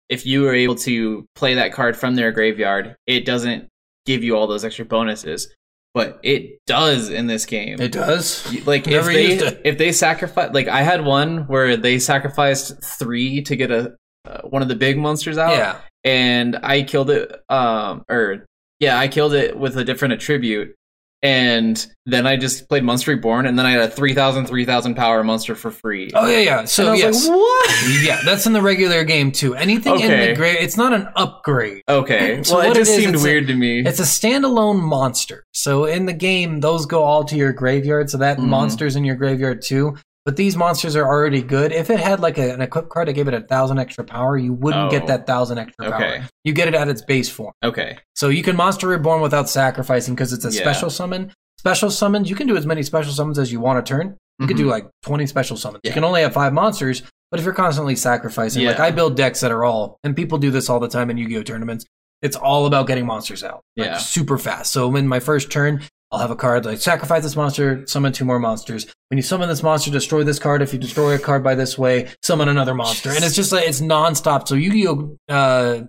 A: if you were able to play that card from their graveyard, it doesn't give you all those extra bonuses, but it does in this game.
B: It does.
A: You- like if
B: Never
A: they
B: used it.
A: if they sacrifice like I had one where they sacrificed three to get a uh, one of the big monsters out,
B: Yeah.
A: and I killed it. Um, or yeah, I killed it with a different attribute, and then I just played Monster Reborn, and then I had a 3,000, 3,000 power monster for free.
B: Oh yeah, yeah. So
A: and I was
B: yes.
A: like, what?
B: yeah, that's in the regular game too. Anything in
A: Okay.
B: the grave, it's not an upgrade.
A: Okay,
B: So
A: well, it
B: what it
A: just
B: is,
A: seemed
B: it's a-
A: weird to me.
B: It's a standalone monster. So in the game, those go all to your graveyard. So that
A: Mhm.
B: monster's in your graveyard too. But these monsters are already good. If it had like a, an equip card that gave it a thousand extra power, you wouldn't
A: Oh.
B: get that thousand extra
A: Okay.
B: power. You get it at its base form.
A: Okay,
B: So you can monster reborn without sacrificing because it's a
A: Yeah.
B: special summon. Special summons, you can do as many special summons as you want a turn. You can
A: Mm-hmm.
B: do like 20 special summons. You
A: Yeah.
B: can only have five monsters, but if you're constantly sacrificing, like
A: Yeah.
B: I build decks that are all, and people do this all the time in Yu Gi Oh tournaments, it's all about getting monsters out like,
A: Yeah.
B: super fast. So in my first turn, I'll have a card like sacrifice this monster, summon two more monsters. When you summon this monster, destroy this card. If you destroy a card by this way, summon another monster. And it's just like it's nonstop. So Yu Gi Oh uh,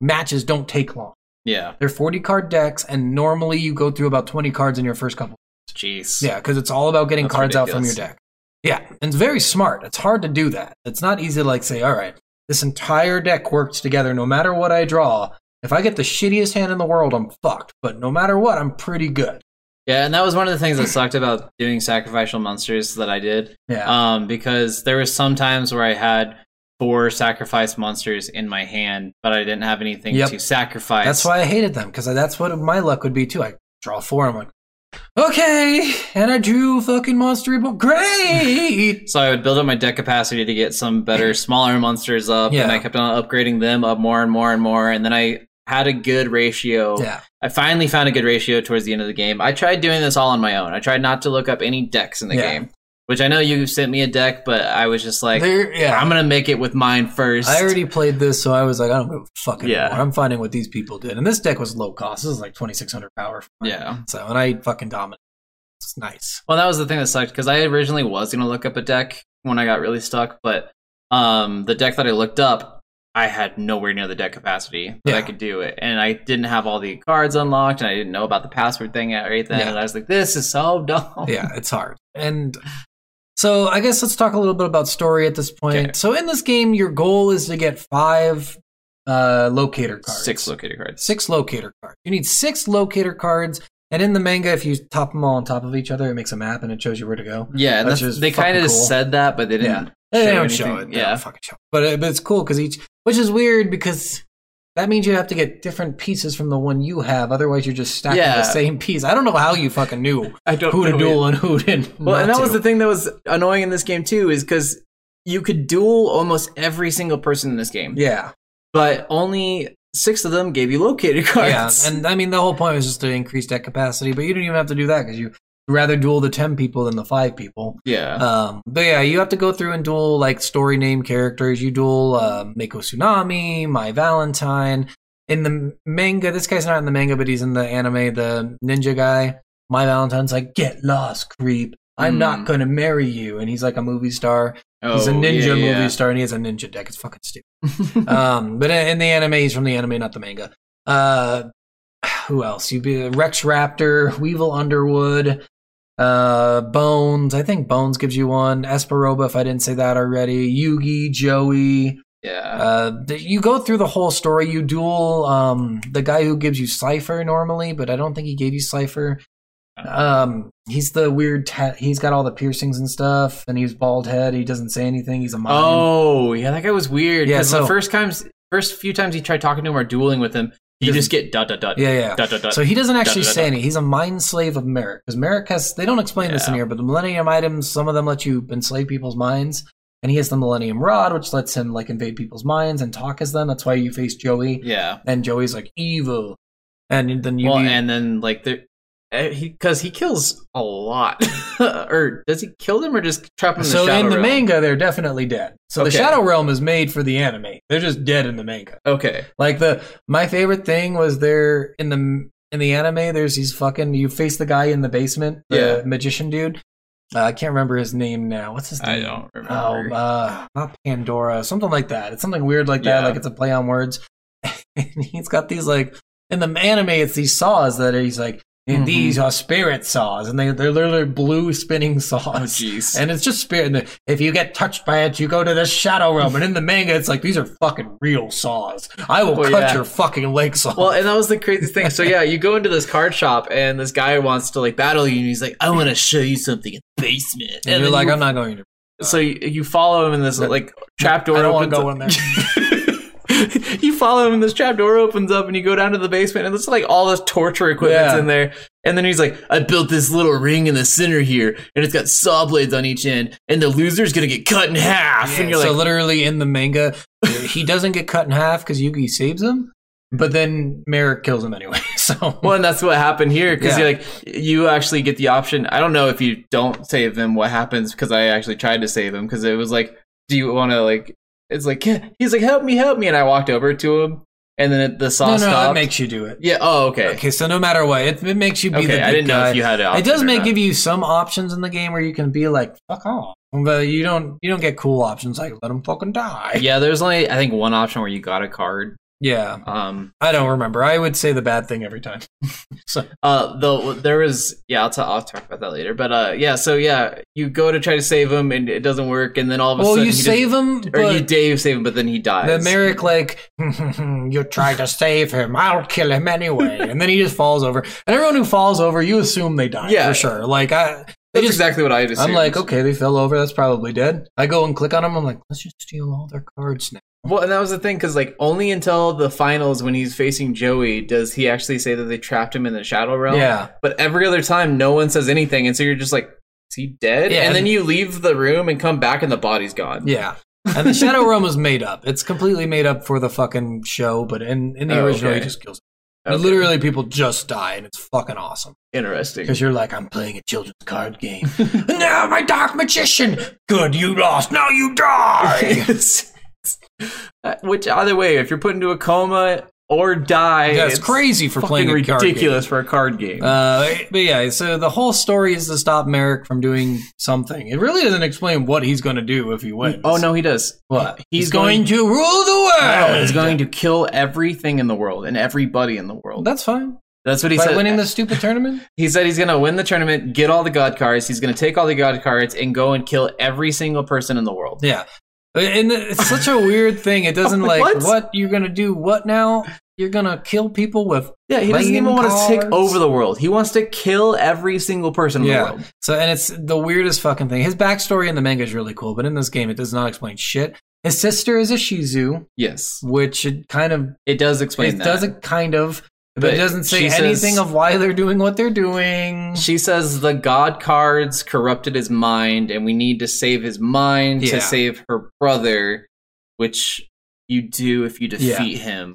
B: matches don't take long.
A: yeah,
B: They're 40 card decks, and normally you go through about 20 cards in your first couple.
A: jeez,
B: Yeah, because it's all about getting
A: That's
B: cards out from your
A: ridiculous.
B: deck. Yeah, and it's very smart. It's hard to do that. It's not easy to like say, all right, this entire deck works together. No matter what I draw, if I get the shittiest hand in the world, I'm fucked. But no matter what, I'm pretty good.
A: yeah. And that was one of the things that sucked about doing sacrificial monsters that I did,
B: Yeah,
A: um, because there was some times where I had four sacrifice monsters in my hand, but I didn't have anything
B: Yep.
A: to sacrifice.
B: that's why I hated them because that's what my luck would be too. I draw four, I'm like, okay, and I drew fucking monster reborn. Great.
A: So I would build up my deck capacity to get some better, smaller monsters up,
B: Yeah.
A: and I kept on upgrading them up more and more and more. And then I had a good ratio.
B: yeah,
A: I finally found a good ratio towards the end of the game. I tried doing this all on my own. I tried not to look up any decks in the
B: Yeah.
A: game, which I know you sent me a deck, but I was just like,
B: there. Yeah,
A: I'm gonna make it with mine first.
B: I already played this, so I was like, I don't give a fuck anymore.
A: Yeah.
B: I'm finding what these people did, and this deck was low cost. This is like 2,600 power.
A: Yeah.
B: So, and I fucking dominated. It's nice.
A: Well, that was the thing that sucked because I originally was gonna look up a deck when I got really stuck, but um, the deck that I looked up, I had nowhere near the deck capacity that I
B: Yeah.
A: could do it, and I didn't have all the cards unlocked, and I didn't know about the password thing or anything.
B: Yeah.
A: And I was like, this is so dumb.
B: Yeah, it's hard. And so, I guess let's talk a little bit about story at this point.
A: Okay.
B: So, in this game, your goal is to get five uh, locator cards.
A: Six locator cards.
B: six locator cards. You need six locator cards, and in the manga, if you top them all on top of each other, it makes a map and it shows you where to go.
A: Yeah, and
B: Which
A: that's,
B: is
A: they kind
B: fucking
A: of
B: cool.
A: said that, but they didn't.
B: They
A: show
B: don't show it.
A: anything.
B: They
A: Yeah.
B: don't fucking show. It. But it- but it's cool because each, which is weird because that means you have to get different pieces from the one you have. Otherwise, you're just stacking
A: Yeah.
B: the same piece. I don't know how you fucking knew
A: I don't
B: who to duel and who didn't.
A: Well, and
B: not
A: that was
B: to.
A: the thing that was annoying in this game too, is because you could duel almost every single person in this game,
B: yeah,
A: but only six of them gave you located
B: yeah.
A: cards.
B: And I mean, the whole point was just to increase deck capacity, but you don't even have to do that because you rather duel the ten people than the five people.
A: yeah.
B: Um, but yeah, you have to go through and duel like story name characters. You duel uh, Mako Tsunami, My Valentine. In the manga, this guy's not in the manga, but he's in the anime. The ninja guy, My Valentine's like, get lost, creep. I'm not
A: Mm.
B: gonna marry you. And he's like a movie star. he's a
A: Oh,
B: ninja
A: yeah,
B: movie uh,
A: yeah.
B: star, and he has a ninja deck. It's fucking stupid. um, but in in the anime, he's from the anime, not the manga. Uh, who else? You be Rex Raptor, Weevil Underwood, uh, Bones. I think Bones gives you one. Esperoba, if I didn't say that already. Yugi, Joey.
A: Yeah.
B: Uh, th- you go through the whole story. You duel um, the guy who gives you Cipher normally, but I don't think he gave you Cipher. Um, he's the weird. Ta- he's got all the piercings and stuff, and he's bald head. He doesn't say anything. He's a mime.
A: oh, yeah. That guy was weird.
B: Yeah,
A: Yeah. the
B: so-
A: first times, first few times you try talking to him or dueling with him, you
B: Doesn't-
A: just get dot dot dot.
B: yeah, yeah.
A: Dot dot dot.
B: So he doesn't actually say
A: da.
B: any. He's a mind slave of Merrick because Merrick has. They don't explain this in
A: Yeah.
B: here, but the Millennium items, some of them let you enslave people's minds, and he has the Millennium Rod, which lets him like invade people's minds and talk as them. That's why you face Joey,
A: yeah.
B: and Joey's like evil, and then you.
A: Well, and then like the. eh, He, because he kills a lot, or does he kill them, or just trap him in
B: so
A: the shadow
B: in the
A: realm?
B: manga, they're definitely dead. So the
A: Okay.
B: Shadow Realm is made for the anime. They're just dead in the manga.
A: Okay,
B: Like the my favorite thing was there in the in the anime. There's these fucking you face the guy in the basement, the
A: Yeah.
B: magician dude. Uh, I can't remember his name now. What's his name?
D: I don't
B: Oh,
D: remember.
B: uh, not Pandora, something like that. It's something weird like that,
D: Yeah.
B: like it's a play on words. and he's got these like in the anime, it's these saws that he's like, and
A: Mhm.
B: these are spirit saws, and they they're literally blue spinning
A: Oh
B: saws.
A: jeez.
B: and it's just spirit. And the- if you get touched by it, you go to the shadow realm. And in the manga, it's like these are fucking real saws. I will
A: Well,
B: cut
A: yeah.
B: your fucking legs off.
A: Well, and that was the craziest thing. So yeah, you go into this card shop, and this guy wants to like battle you, and he's like, "I want to show you something in the basement."
B: and you're
A: then
B: like,
A: you-
B: I'm not going to.
A: so you, you follow him in this like trap door.
B: I don't want
A: opens
B: to go
A: up-
B: in there.
A: you follow him, and this trap door opens up, and you go down to the basement, and there's like all this torture equipment's
B: Yeah.
A: in there. And then he's like, "I built this little ring in the center here, and it's got saw blades on each end, and the loser's gonna get cut in half." and you're
B: so
A: like,
B: literally in the manga, he doesn't get cut in half because Yugi saves him, but then Merrick kills him anyway. So
A: Well, and that's what happened here because
B: Yeah.
A: you're like you actually get the option. I don't know if you don't save him, what happens? Because I actually tried to save him because it was like, do you want to like? It's like "Yeah." he's like, help me, help me, and I walked over to him, and then it, the saw
B: no, no,
A: stopped.
B: it makes you do it.
A: yeah. Oh, okay.
B: Okay, so no matter what, it, it makes you be
A: Okay.
B: the good
A: I didn't know
B: guy.
A: if you had it.
B: it does make give you some options in the game where you can be like fuck off, but you don't you don't get cool options like let him fucking die.
A: Yeah, there's only I think one option where you got a card.
B: Yeah,
A: Um,
B: I don't remember. I would say the bad thing every time.
A: Uh, though there was yeah, I'll, t- I'll talk about that later. But uh, yeah, so yeah, you go to try to save him and it doesn't work, and then all of a
B: Well,
A: sudden
B: you
A: he just-
B: save him,
A: or you
B: but
A: Dave save him, but then he dies.
B: the Merrick like you try to save him. I'll kill him anyway, and then he just falls over. And everyone who falls over, you assume they die
A: Yeah.
B: for sure. Like I, they
A: That's
B: just
A: exactly what I just.
B: I'm like, okay, they fell over. That's probably dead. I go and click on them. I'm like, let's just steal all their cards now.
A: Well, and that was the thing because like only until the finals when he's facing Joey does he actually say that they trapped him in the Shadow Realm.
B: Yeah,
A: But every other time, no one says anything, and so you're just like, is he dead?
B: Yeah,
A: and then
B: and-
A: you leave the room and come back, and the body's gone.
B: yeah. And the Shadow Realm was made up. It's completely made up for the fucking show. But in in the
A: Oh,
B: original,
A: okay.
B: he just kills. Them.
A: Okay.
B: And Literally, people just die, and it's fucking awesome
A: Interesting.
B: because you're like, I'm playing a children's card game. no, my dark magician. Good, you lost. Now you die.
A: Uh, Which either way, if you're put into a coma or die,
B: That's crazy for
A: fucking
B: playing a card game.
A: ridiculous for a card game.
B: Uh, but yeah, so the whole story is to stop Merrick from doing something. It really doesn't explain what he's going to do if he wins.
A: oh no, he does.
B: What?
A: He's
B: He's, going, to rule the world.
A: No, he's going to kill everything in the world and everybody in the world.
B: That's fine.
A: That's what he
B: By
A: said.
B: winning the stupid tournament.
A: he said he's going to win the tournament, get all the god cards. He's going to take all the god cards and go and kill every single person in the world.
B: Yeah, and it's such a weird thing. It doesn't like
A: What?
B: what? you're going to do. What now? You're going to kill people with
A: Yeah, he doesn't
B: Playing
A: even want to take
B: cards.
A: over the world. He wants to kill every single person in the
B: yeah.
A: world.
B: So and it's the weirdest fucking thing. His backstory in the manga is really cool, but in this game, it does not explain shit. His sister is a Shizu,
A: Yes,
B: which it kind of
A: it does explain
B: it
A: that.
B: does it kind of but,
A: But
B: it doesn't say
A: she says-
B: anything of why they're doing what they're doing
A: She says the god cards corrupted his mind, and we need to save his mind
B: Yeah.
A: to save her brother, which you do if you defeat him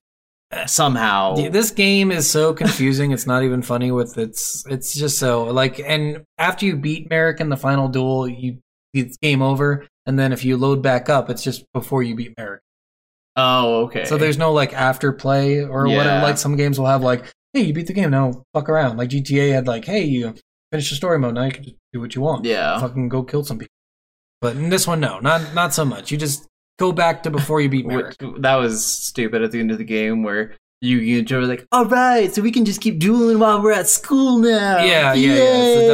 A: somehow.
B: Yeah, this game is so confusing it's not even funny with it's it's just so like and after you beat merrick in the final duel you it's game over and then if you load back up it's just before you beat merrick
A: oh, okay.
B: so there's no like after play or
A: Yeah.
B: whatever like some games will have like hey you beat the game now fuck around like gta had like hey you finish the story mode now you can just do what you want
A: yeah.
B: fucking go kill some people. But in this one, no, not not so much. You just go back to before you beat Merrick.
A: Which- that was stupid at the end of the game where you you enjoy like, all right, so we can just keep dueling while we're at school now.
B: Yeah, yeah, yeah,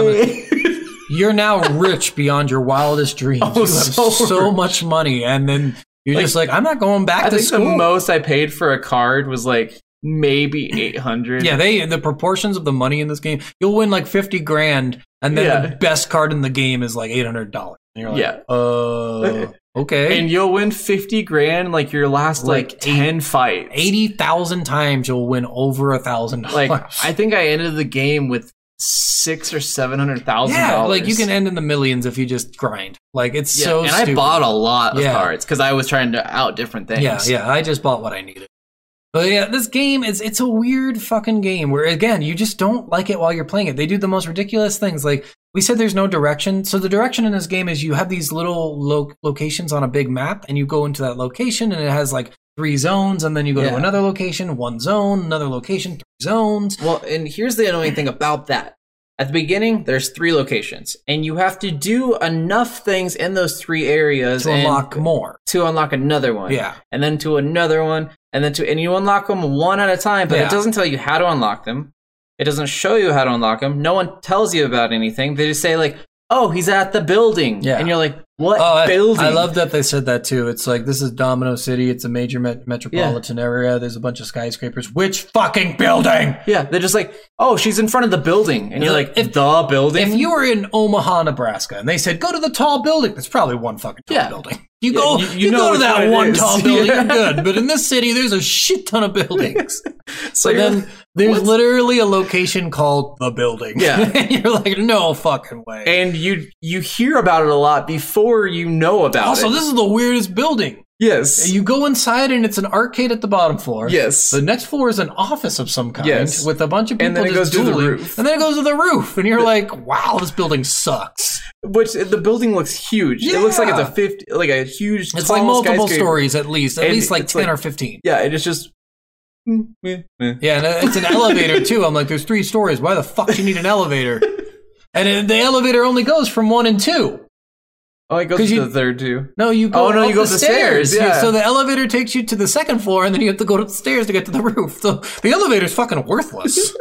B: it's
A: Yay!"
B: You're now rich beyond your wildest dreams.
A: Oh,
B: you have
A: so
B: so,
A: rich.
B: much money, and then you're
A: Like,
B: just like, I'm not going back
A: I
B: to
A: think the
B: school.
A: most I paid for a card was like maybe eight hundred.
B: yeah, they the proportions of the money in this game. You'll win like fifty grand, and then
A: Yeah.
B: the best card in the game is like eight hundred dollars. And you're like,
A: Yeah.
B: uh, okay.
A: and you'll win 50 grand like your last like,
B: Like
A: 10 fights
B: eighty thousand times you'll win over a thousand
A: like
B: dollars.
A: i think i ended the game with six or seven hundred thousand
B: yeah,
A: dollars
B: like you can end in the millions if you just grind. Like it's
A: yeah,
B: so.
A: and i
B: stupid.
A: bought a lot of
B: Yeah.
A: cards because i was trying to out different things
B: Yeah, yeah. I just bought what I needed. But yeah, this game is it's a weird fucking game where again, you just don't like it while you're playing it. They do the most ridiculous things. Like we said there's no direction. So the direction in this game is you have these little lo- locations on a big map and you go into that location and it has like three zones and then you go
A: Yeah.
B: to another location, one zone, another location, three zones.
A: well and here's the annoying thing about that At the beginning, there's three locations, and you have to do enough things in those three areas
B: to
A: and-
B: unlock more.
A: to unlock another one.
B: Yeah.
A: and then to another one, and then to and you unlock them one at a time. But
B: Yeah.
A: it doesn't tell you how to unlock them. It doesn't show you how to unlock them. No one tells you about anything. They just say like, "Oh, he's at the building,"
B: Yeah.
A: and you're like, "What
B: Oh, I,
A: building?"
B: I love that they said that too. It's like this is Domino City. It's a major met- metropolitan area. There's a bunch of skyscrapers. Which fucking building?
A: Yeah, they're just like, "Oh, she's in front of the building," and you're like,
B: If-
A: "The building."
B: If you were in Omaha, Nebraska, and they said go to the tall building, it's probably one fucking tall
A: Yeah.
B: building. You
A: Yeah,
B: go,
A: you-
B: you,
A: you know
B: go to
A: which one
B: that
A: it
B: one
A: is.
B: tall building,
A: Yeah.
B: you're good. But in this city, there's a shit ton of buildings.
A: so
B: And
A: you're-
B: then there's
A: What?
B: literally a location called the building.
A: Yeah.
B: and you're like, no fucking way.
A: and you you hear about it a lot before you know about
B: also,
A: it.
B: this is the weirdest building.
A: yes,
B: You go inside and it's an arcade at the bottom floor.
A: yes,
B: The next floor is an office of some kind
A: Yes.
B: with a bunch of people
A: And then it goes
B: just
A: to the
B: dueling,
A: roof.
B: and then it goes to the roof, and you're like, "Wow, this building sucks."
A: which the building looks huge. It looks like it's a
B: Yeah.
A: fifty, like a huge.
B: It's
A: tall
B: like multiple
A: skyscraper.
B: stories at least, at
A: And
B: least like
A: it's
B: ten
A: like-
B: or fifteen.
A: Yeah, and it's just. mm, meh, meh.
B: Yeah, and it's an elevator too. I'm like, "There's three stories. Why the fuck do you need an elevator?" And it, the elevator only goes from one and two.
A: Oh, it goes
B: 'Cause
A: to
B: you-
A: the third too.
B: No, you go.
A: Oh, no,
B: up
A: you go up the stairs, yeah.
B: So the elevator takes you to the second floor, and then you have to go upstairs to get to the roof. So the elevator's fucking worthless.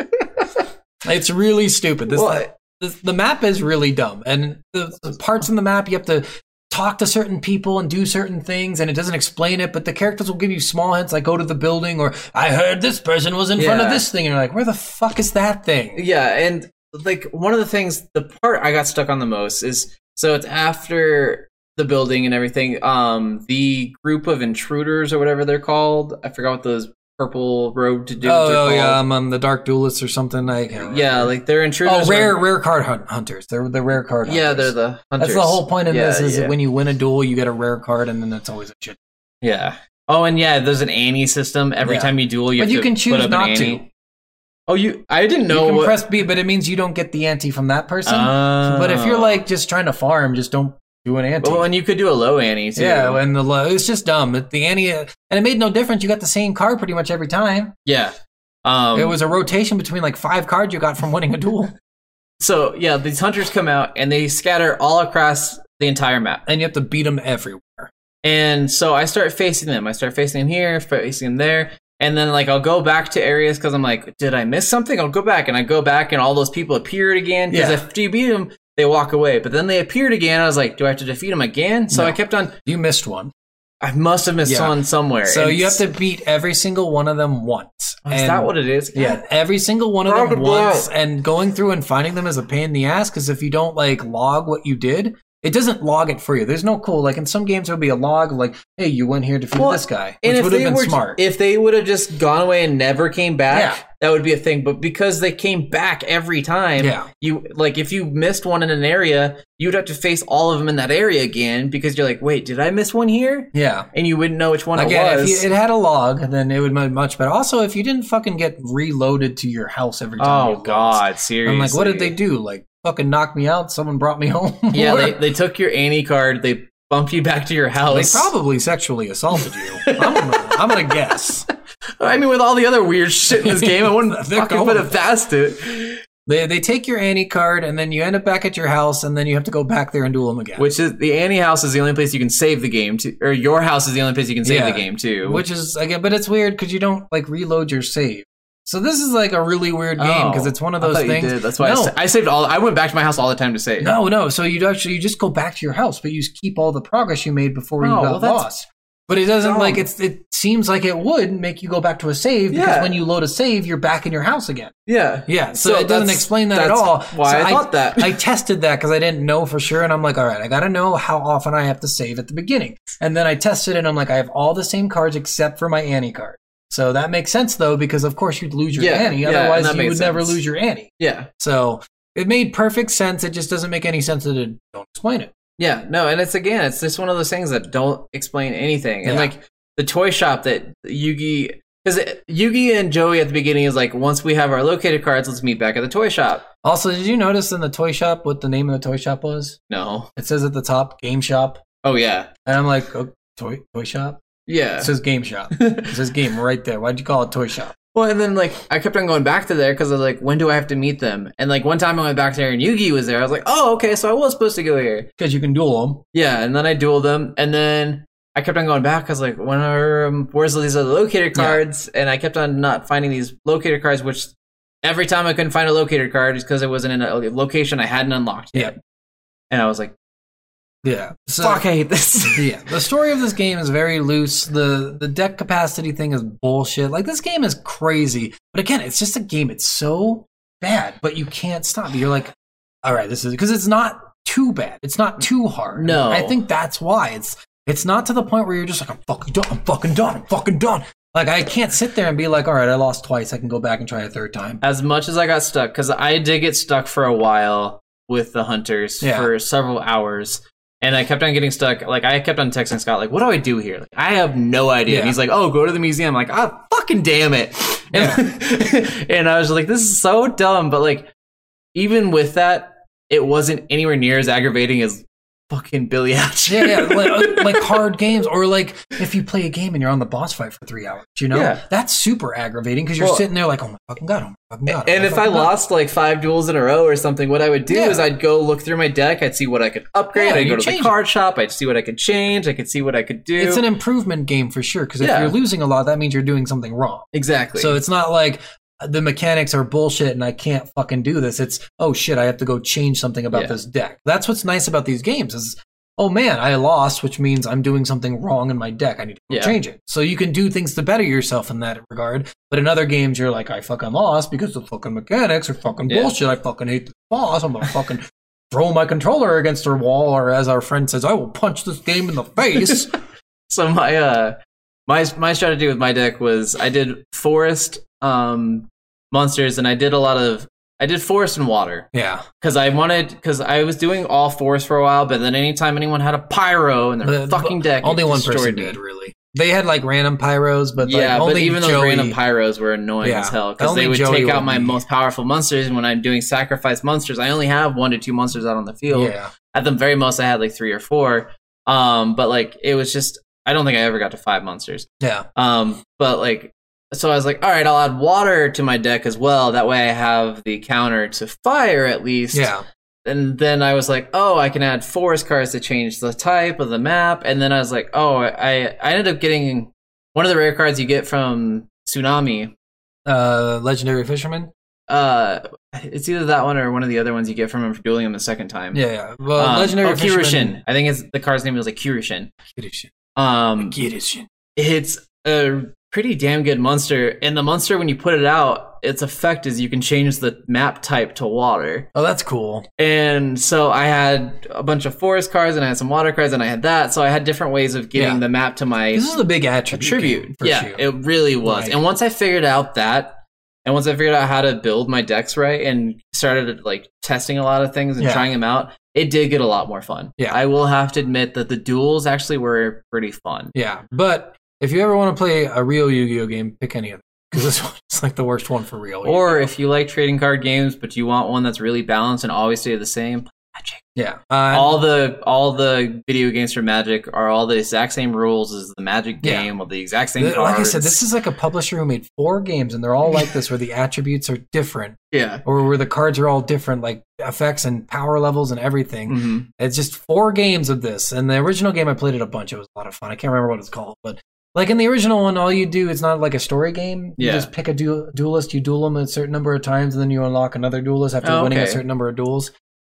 B: it's really stupid. This
A: Well,
B: the, the map is really dumb and the, the parts in the map you have to talk to certain people and do certain things and it doesn't explain it but the characters will give you small hints like go to the building or i heard this person was in front
A: Yeah.
B: of this thing and you're like where the fuck is that thing
A: yeah, and like one of the things, the part I got stuck on the most is so it's after the building and everything. Um, the group of intruders or whatever they're called. I forgot what those purple robed dudes are
B: oh, oh,
A: called.
B: yeah i'm um, the dark duelist or something like
A: Yeah, like they're intruders.
B: oh rare
A: are-
B: rare card hunt- hunters they're the rare card hunters.
A: yeah, they're the hunters.
B: that's the whole point of
A: Yeah,
B: this is
A: yeah.
B: that when you win a duel you get a rare card and then that's always a shit
A: Yeah. Oh, and yeah, there's an Annie system. Every
B: Yeah.
A: time you duel, you
B: but
A: have
B: you
A: to
B: can
A: put
B: choose
A: up
B: not
A: an
B: to
A: Annie. Oh, you? I didn't know.
B: you can
A: what,
B: press b but it means you don't get the ante from that person
A: Oh.
B: But if you're like just trying to farm, just don't do an ante.
A: well, and you could do a low Annie too.
B: yeah, and the low, it's just dumb. It- The ante, and it made no difference. You got the same card pretty much every time.
A: yeah. Um,
B: it was a rotation between like five cards you got from winning a duel,
A: so yeah. These hunters come out and they scatter all across the entire map.
B: and you have to beat them everywhere.
A: And so I start facing them. I start facing them here, facing them there, and then like I'll go back to areas because I'm like, did I miss something? I'll go back and I go back, and all those people appeared again. Because
B: Yeah.
A: if you beat them, they walk away. But then they appeared again. I was like, do I have to defeat them again? So
B: No.
A: I kept on.
B: You missed one,
A: I must have missed
B: Yeah.
A: one somewhere.
B: so
A: And
B: you have to beat every single one of them once.
A: Is
B: And-
A: that what it is?
B: Yeah, every single one of
A: Round it
B: them
A: out.
B: once, and going through and finding them is a pain in the ass because if you don't like log what you did, it doesn't log it for you. There's no cool like in some games it would be a log like, hey, you went here to defeat
A: Well,
B: this guy,
A: And
B: which
A: if
B: would have
A: they
B: been
A: were,
B: smart.
A: if they would have just gone away and never came back,
B: Yeah.
A: that would be a thing. But because they came back every time,
B: Yeah.
A: you like if you missed one in an area, you'd have to face all of them in that area again because you're like, wait, did I miss one here?
B: yeah.
A: And you wouldn't know which one
B: Again,
A: it
B: if
A: was.
B: you, it had a log, then it would be much better. Also, if you didn't fucking get reloaded to your house every time, you
A: oh
B: lost.
A: God, seriously!
B: I'm like, what did they do? Like, fucking knock me out? Someone brought me home?
A: Yeah,
B: Or-
A: they, they took your Annie card. They bumped you back to your
B: they
A: house.
B: probably sexually assaulted you. I'm gonna, I'm gonna guess.
A: I mean, with all the other weird shit in this game, I wouldn't
B: They're
A: fucking
B: going
A: put
B: with
A: it past it.
B: They they take your Annie card and then you end up back at your house and then you have to go back there and duel them again.
A: Which is the Annie house is the only place you can save the game to, or your house is the only place you can save
B: Yeah.
A: the game too.
B: Which is again, but it's weird because you don't like reload your save. So this is like a really weird game because it's one of
A: Oh, I
B: those
A: thought you
B: things.
A: did. That's why I,
B: No.
A: sa- I saved all. I went back to my house all the time to save.
B: No, no. So you actually you just go back to your house, but you keep all the progress you made before you
A: Oh,
B: got
A: well, that's
B: lost. But it doesn't
A: dumb.
B: like it's. It seems like it would make you go back to a save because
A: Yeah.
B: when you load a save, you're back in your house again.
A: Yeah.
B: Yeah, so,
A: So
B: it doesn't
A: that's-
B: explain that at
A: that's
B: all.
A: why
B: So
A: I thought that.
B: I tested that because I didn't know for sure, and I'm like, all right, I gotta know how often I have to save at the beginning. And then I tested, and I'm like, I have all the same cards except for my Annie card. So that makes sense though, because of course you'd lose your
A: Yeah,
B: Annie,
A: yeah,
B: otherwise
A: that
B: you
A: makes
B: would never
A: sense.
B: lose your Annie.
A: Yeah.
B: So it made perfect sense. It just doesn't make any sense that it don't explain it.
A: Yeah. No, and it's again, it's just one of those things that don't explain anything. And
B: Yeah.
A: like the toy shop that Yugi, because Yugi and Joey at the beginning is like, once we have our located cards, let's meet back at the toy shop.
B: Also, did you notice in the toy shop what the name of the toy shop was?
A: No.
B: It says at the top Game Shop,
A: Oh yeah.
B: and I'm like, oh, toy toy shop.
A: Yeah.
B: It says Game Shop. It says game right there. Why'd you call it toy shop?
A: Well, and then like I kept on going back to there because I was like, when do I have to meet them? And like one time I went back there and Yugi was there. I was like, oh, okay, so I was supposed to go here.
B: Because you can duel them.
A: Yeah, and then I dueled them, and then I kept on going back. I was like, when are um, where's all these other locator cards? And I kept on not finding these locator cards, which every time I couldn't find a locator card is because it wasn't in a location I hadn't unlocked yet. And I was like,
B: Yeah. So,
A: fuck, I hate this.
B: yeah. The story of this game is very loose. The the deck capacity thing is bullshit. Like this game is crazy. But again, it's just a game. It's so bad, but you can't stop. You're like, all right, this is because it's not too bad. It's not too hard.
A: No.
B: I think that's why it's it's not to the point where you're just like, I'm fucking done. I'm fucking done. I'm fucking done. Like I can't sit there and be like, all right, I lost twice. I can go back and try a third time.
A: as much as I got stuck, because I did get stuck for a while with the hunters
B: Yeah.
A: for several hours. And I kept on getting stuck. Like I kept on texting Scott, like, "What do I do here? Like, I have no idea."
B: Yeah.
A: And he's like, "Oh, go to the museum." like, ah, fucking damn it! And, and I was just like, "This is so dumb." But like, even with that, it wasn't anywhere near as aggravating as fucking Billy Hatcher.
B: yeah, yeah, like, like hard games, or like if you play a game and you're on the boss fight for three hours, you know,
A: Yeah.
B: that's super aggravating because you're
A: Well-
B: sitting there like, oh my fucking god, oh my fucking god. oh
A: And
B: my
A: if I
B: fucking God.
A: lost like five duels in a row or something, what I would do
B: Yeah.
A: is I'd go look through my deck. I'd see what I could upgrade.
B: Yeah,
A: I'd
B: you
A: go to the
B: change
A: card shop. I'd see what I could change. I could see what I could do.
B: it's an improvement game for sure because if
A: Yeah.
B: you're losing a lot, that means you're doing something wrong.
A: exactly.
B: So it's not like uh, the mechanics are bullshit and I can't fucking do this. It's oh shit, I have to go change something about
A: Yeah.
B: this deck. That's what's nice about these games is oh man, I lost, which means I'm doing something wrong in my deck. I need to go
A: Yeah.
B: change it. So you can do things to better yourself in that regard. But in other games, you're like I fucking lost because the fucking mechanics are fucking
A: Yeah.
B: bullshit. I fucking hate the boss. I'm gonna fucking. Throw my controller against her wall, or as our friend says, I will punch this game in the face.
A: so my uh my my strategy with my deck was I did forest um monsters and I did a lot of I did forest and water
B: yeah,
A: because I wanted because I was doing all forest for a while, but then anytime anyone had a pyro in their
B: The-
A: fucking deck, it
B: only one person
A: destroyed me.
B: did really. They had like random pyros, but
A: yeah,
B: like,
A: but
B: only
A: even
B: Joey,
A: those random pyros were annoying
B: Yeah.
A: as hell because
B: Only
A: they would
B: Joey
A: take out
B: would
A: my
B: be-
A: most powerful monsters. And when I'm doing sacrifice monsters, I only have one to two monsters out on the field.
B: Yeah,
A: At the very most, I had like three or four. Um, but like it was just, I don't think I ever got to five monsters.
B: yeah,
A: Um, but like, so I was like, all right, I'll add water to my deck as well. That way, I have the counter to fire at least
B: yeah.
A: and then I was like, oh, I can add forest cards to change the type of the map. And then I was like, oh, I I ended up getting one of the rare cards you get from Tsunami.
B: Uh, legendary fisherman.
A: Uh, it's either that one or one of the other ones you get from him for dueling him the second time.
B: Yeah, yeah. Well,
A: Um,
B: legendary
A: oh,
B: fisherman.
A: Kirushin. I think it's the card's name was like Kirushin.
B: Kirushin.
A: Um,
B: Kirushin.
A: it's a pretty damn good monster. And the monster, when you put it out, its effect is you can change the map type to water.
B: Oh, that's cool.
A: And so I had a bunch of forest cards and I had some water cards and I had that. So I had different ways of getting
B: Yeah.
A: the map to my
B: This is a big attribute. game
A: tribute.
B: for
A: Yeah,
B: you.
A: it really was.
B: Like-
A: and once I figured out that, and once I figured out how to build my decks right and started like testing a lot of things and
B: Yeah.
A: trying them out, it did get a lot more fun.
B: Yeah.
A: I will have to admit that the duels actually were pretty fun.
B: yeah. But if you ever want to play a real Yu-Gi-Oh game, pick any of them because this one is like the worst one for real.
A: Or if you like trading card games, but you want one that's really balanced and always stay the same, Magic.
B: yeah, uh,
A: all the all the video games for Magic are all the exact same rules as the Magic
B: Yeah.
A: game with the exact same.
B: th- like I said,
A: cards.
B: this is like a publisher who made four games and they're all like this, where the attributes are different,
A: yeah.
B: or where the cards are all different, like effects and power levels and everything. It's just four games of this, and the original game I played it a bunch. It was a lot of fun. I can't remember what it's called, but like in the original one, all you do it's not like a story game. You
A: Yeah.
B: just pick a du- duelist, you duel them a certain number of times, and then you unlock another duelist after
A: Oh,
B: winning a
A: okay.
B: certain number of duels.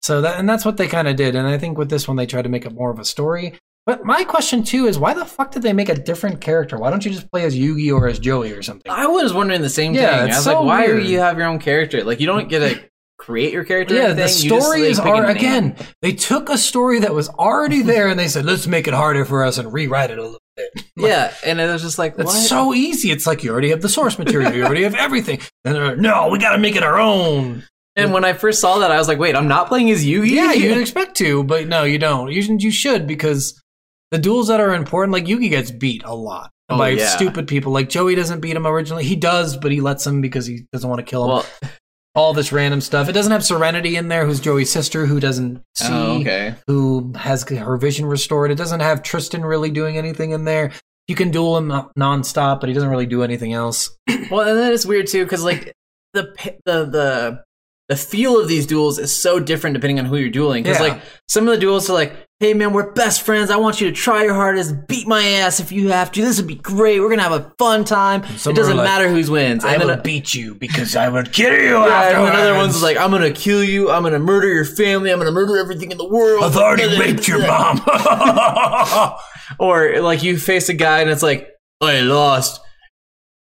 B: So that and that's what they kind of did. And I think with this one, they tried to make it more of a story. But my question too is, why the fuck did they make a different character? Why don't you just play as Yugi or as Joey or something?
A: I was wondering the same
B: Yeah,
A: thing.
B: it's
A: I was
B: so
A: like, why do
B: weird.
A: you have your own character? Like, you don't get to create your character. or
B: Yeah, the
A: anything. You just,
B: stories
A: like, pick a
B: are
A: name.
B: again. They took a story that was already there and they said, "Let's make it harder for us and rewrite it a little bit."
A: Yeah, and it was just like,
B: It's
A: what?
B: so easy. It's like you already have the source material. You already have everything. And they're like, no, we got to make it our own.
A: and when I first saw that, I was like, wait, I'm not playing as Yugi.
B: Yeah, you'd expect to, but no, you don't. You, shouldn't- you should because the duels that are important, like Yugi gets beat a lot
A: Oh,
B: by
A: yeah.
B: stupid people. Like Joey doesn't beat him originally. He does, but he lets him because he doesn't want to kill him.
A: Well,
B: All this random stuff. It doesn't have Serenity in there, who's Joey's sister, who doesn't see
A: oh, okay.
B: who has her vision restored. It doesn't have Tristan really doing anything in there. you can duel him nonstop, but he doesn't really do anything else.
A: Well, and then it's weird too because like the p- the the the feel of these duels is so different depending on who you're dueling. Because
B: Yeah.
A: like some of the duels are like, "Hey man, we're best friends. I want you to try your hardest, beat my ass if you have to. This would be great. We're gonna have a fun time.
B: some
A: it doesn't
B: are like,
A: matter who wins." And then, a-
B: beat you because I will kill
A: yeah,
B: you.
A: and then other
B: afterwards.
A: ones like, "I'm gonna kill you. I'm gonna murder your family. I'm gonna murder everything in the world."
B: mom.
A: Or like you face a guy and it's like, I lost.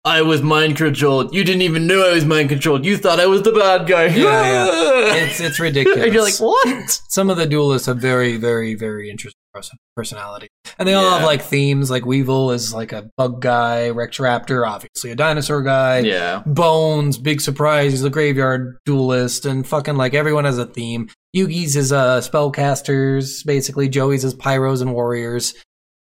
A: I was mind controlled. You didn't even know I was mind controlled. You thought I was the bad guy.
B: Yeah, it's it's ridiculous.
A: and you're like, what?
B: some of the duelists have very, very, very interesting person- personality, and they all have
A: Yeah.
B: like themes. Like Weevil is like a bug guy, Rex Raptor, obviously a dinosaur guy.
A: Yeah.
B: Bones, big surprise, he's a graveyard duelist, and fucking like everyone has a theme. Yugi's is uh spellcasters, basically. Joey's is pyros and warriors.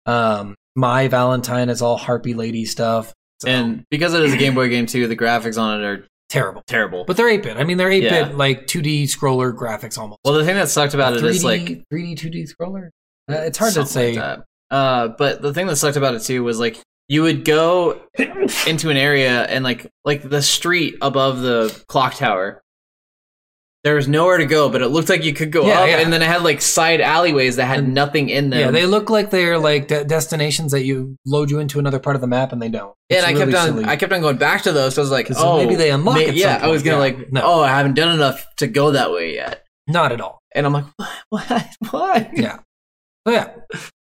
B: Um, my Valentine is all harpy lady stuff. So,
A: And because it is a Game Boy game too, the graphics on it are
B: terrible,
A: terrible.
B: but they're eight bit. I mean, they're eight bit
A: Yeah.
B: like two D scroller graphics almost.
A: well, the thing that sucked about it is like Mm,
B: three D two D scroller. Uh, it's hard to
A: something
B: say.
A: like that. Uh, but the thing that sucked about it too was like you would go into an area and like like the street above the clock tower. There was nowhere to go, but it looked like you could go
B: Yeah,
A: up,
B: yeah.
A: and then it had like side alleyways that had nothing in them.
B: yeah, they look like they're like de- destinations that you load you into another part of the map, and they don't.
A: and
B: It's
A: I
B: really
A: kept on,
B: silly.
A: I kept on going back to those. So I was like,
B: 'Cause
A: oh,
B: maybe they unlock
A: may-
B: at
A: Yeah,
B: some
A: I was
B: point,
A: gonna
B: yeah.
A: like,
B: No.
A: oh, I haven't done enough to go that way yet,
B: not at all.
A: and I'm like, what, what?
B: yeah. So yeah,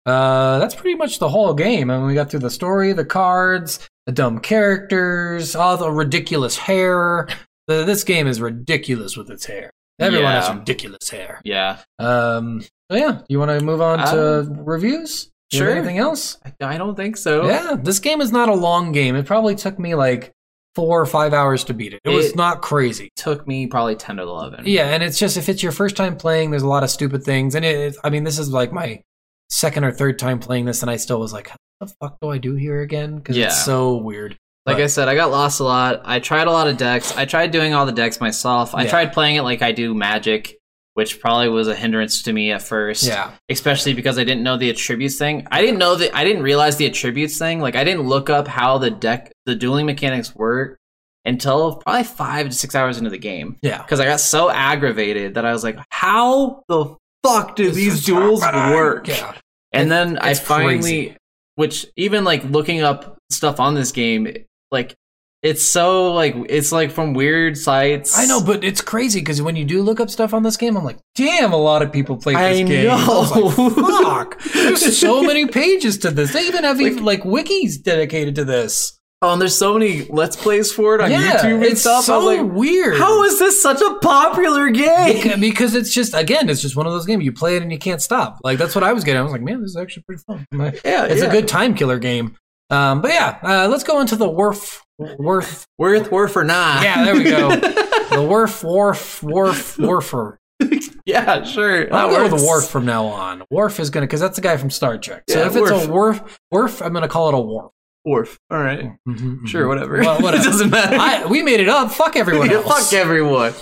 B: uh, that's pretty much the whole game. I mean, we got through the story, the cards, the dumb characters, all the ridiculous hair. The, this game is ridiculous with its hair. Everyone
A: Yeah.
B: has ridiculous hair.
A: Yeah,
B: Um, so yeah, you want to move on to reviews? You have
A: Um, sure.
B: Anything else?
A: I, I don't think so.
B: Yeah, this game is not a long game. It probably took me like four or five hours to beat it. It, was
A: It-
B: not crazy.
A: took me probably ten to eleven.
B: Yeah, and it's just if it's your first time playing, there's a lot of stupid things. And it, I mean, this is like my second or third time playing this, and I still was like, "What the fuck do I do here again?" Because
A: Yeah.
B: it's so weird.
A: Like
B: But-
A: I said, I got lost a lot. I tried a lot of decks. I tried doing all the decks myself. I
B: Yeah.
A: tried playing it like I do Magic, which probably was a hindrance to me at first.
B: Yeah,
A: Especially because I didn't know the attributes thing. I didn't know that I didn't realize the attributes thing. Like I didn't look up how the deck the dueling mechanics work until probably five to six hours into the game.
B: yeah.
A: Because I got so aggravated that I was like, How the fuck do these duels work?
B: Yeah,
A: And then I
B: it's
A: finally,
B: crazy.
A: which even like looking up stuff on this game, like it's so like it's like from weird sites.
B: I know, but it's crazy because when you do look up stuff on this game, I'm like, "Damn, a lot of people play this
A: I
B: game." I was
A: know.
B: like, Oh Fuck, there's so many pages to this. They even have even like wikis dedicated to this.
A: Oh, and there's so many let's plays for it on
B: yeah,
A: YouTube and
B: it's
A: stuff.
B: so
A: I was like,
B: weird.
A: how is this such a popular game?
B: Beca- because it's just again, it's just one of those games you play it and you can't stop. Like that's what I was getting. I was like, man, this is actually pretty fun. I'm like,
A: Yeah,
B: It's
A: Uh, yeah.
B: a good time killer game. Um, but yeah, uh, let's go into the Worf Worf.
A: worth worth or not.
B: Yeah, there we go. the Worf Worf Worf Worfer.
A: yeah, sure.
B: I'll go
A: works.
B: with Worf from now on. Worf is gonna because that's the guy from Star Trek. So
A: Yeah,
B: if it's a Worf Worf, I'm gonna call it a Worf.
A: Worf. All right.
B: Mhm,
A: Sure,
B: mhm.
A: whatever.
B: Well,
A: it
B: whatever.
A: doesn't matter.
B: I, we made it up. Fuck everyone
A: Yeah,
B: else.
A: fuck everyone.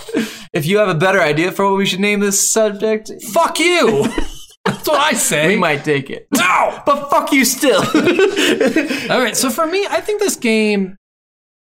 A: If you have a better idea for what we should name this subject,
B: Fuck you. that's what I say.
A: we might take it.
B: No.
A: But fuck you still.
B: All right, so for me, I think this game,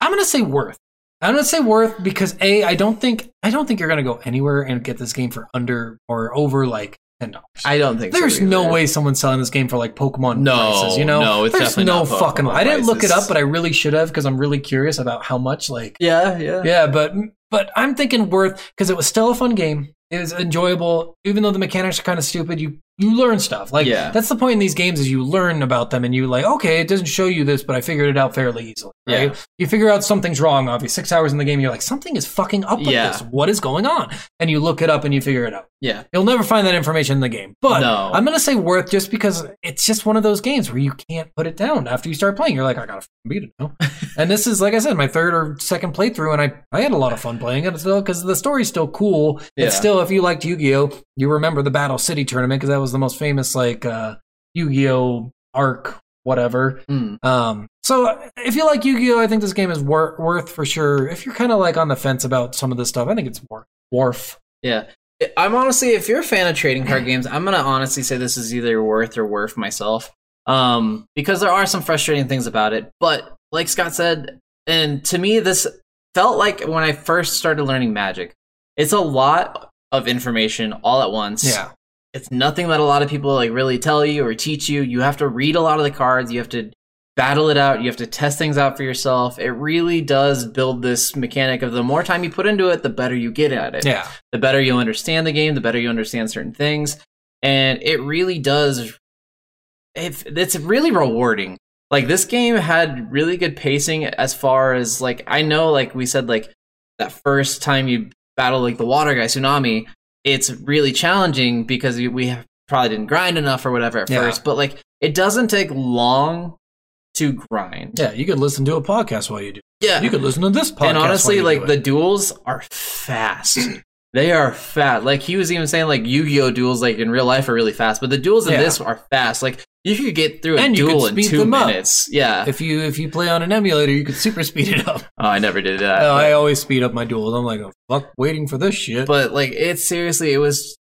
B: I'm gonna say worth. I'm gonna say worth because a, I don't think I don't think you're gonna go anywhere and get this game for under or over like ten dollars.
A: I don't think so
B: There's no
A: either.
B: way someone's selling this game for like Pokemon
A: No,
B: prices. You know,
A: no, it's
B: there's
A: definitely
B: no
A: not Pokemon
B: fucking. I didn't look it
A: prices.
B: up, but I really should have because I'm really curious about how much like
A: Yeah, yeah.
B: yeah, but but I'm thinking worth because it was still a fun game. It was enjoyable, even though the mechanics are kind of stupid. You you learn stuff. Like
A: Yeah.
B: that's the point in these games is you learn about them and you like okay, it doesn't show you this, but I figured it out fairly easily. Right?
A: Yeah.
B: You figure out something's wrong. Obviously, six hours in the game, you're like something is fucking up with
A: Yeah.
B: this. What is going on? And you look it up and you figure it out.
A: Yeah.
B: You'll never find that information in the game. But
A: No.
B: I'm gonna say worth just because it's just one of those games where you can't put it down after you start playing. You're like, I gotta fucking beat it now. and this is like I said, my third or second playthrough, and I, I had a lot of fun playing it still because the story's still cool.
A: Yeah.
B: It's still if you liked Yu-Gi-Oh, you remember the Battle City tournament because that was the most famous like uh Yu-Gi-Oh arc, whatever.
A: Mm.
B: Um, so if you like Yu-Gi-Oh, I think this game is wor- worth for sure. If you're kind of like on the fence about some of this stuff, I think it's worth. Worf.
A: Yeah. I'm honestly, if you're a fan of trading card games, I'm gonna honestly say this is either worth or worth myself. um, because there are some frustrating things about it. But like Scott said, and to me, this felt like when I first started learning magic. It's a lot of information all at once.
B: Yeah.
A: It's nothing that a lot of people like really tell you or teach you. You have to read a lot of the cards. You have to battle it out. You have to test things out for yourself. It really does build this mechanic of the more time you put into it, the better you get at it
B: Yeah.
A: the better you understand the game, the better you understand certain things. And it really does. If it's really rewarding. Like this game had really good pacing as far as like I know, like we said, like that first time you battle like the water guy tsunami, it's really challenging because you- we have- probably didn't grind enough or whatever at
B: Yeah.
A: first. But like it doesn't take long to grind.
B: Yeah. You could listen to a podcast while you do.
A: Yeah,
B: You could listen to this podcast.
A: and honestly,
B: while you
A: like
B: do
A: the
B: it.
A: duels are fast. they are fat. Like he was even saying, like Yu-Gi-Oh duels, like in real life, are really fast, but the duels in
B: Yeah.
A: this are fast. Like you could get through a
B: And you could
A: duel in
B: speed
A: two
B: them up.
A: minutes. Yeah.
B: if you if you play on an emulator, you could super speed it up.
A: oh, I never did that.
B: No,
A: but-
B: I always speed up my duels. I'm like, oh, fuck, waiting for this shit.
A: but like it seriously it was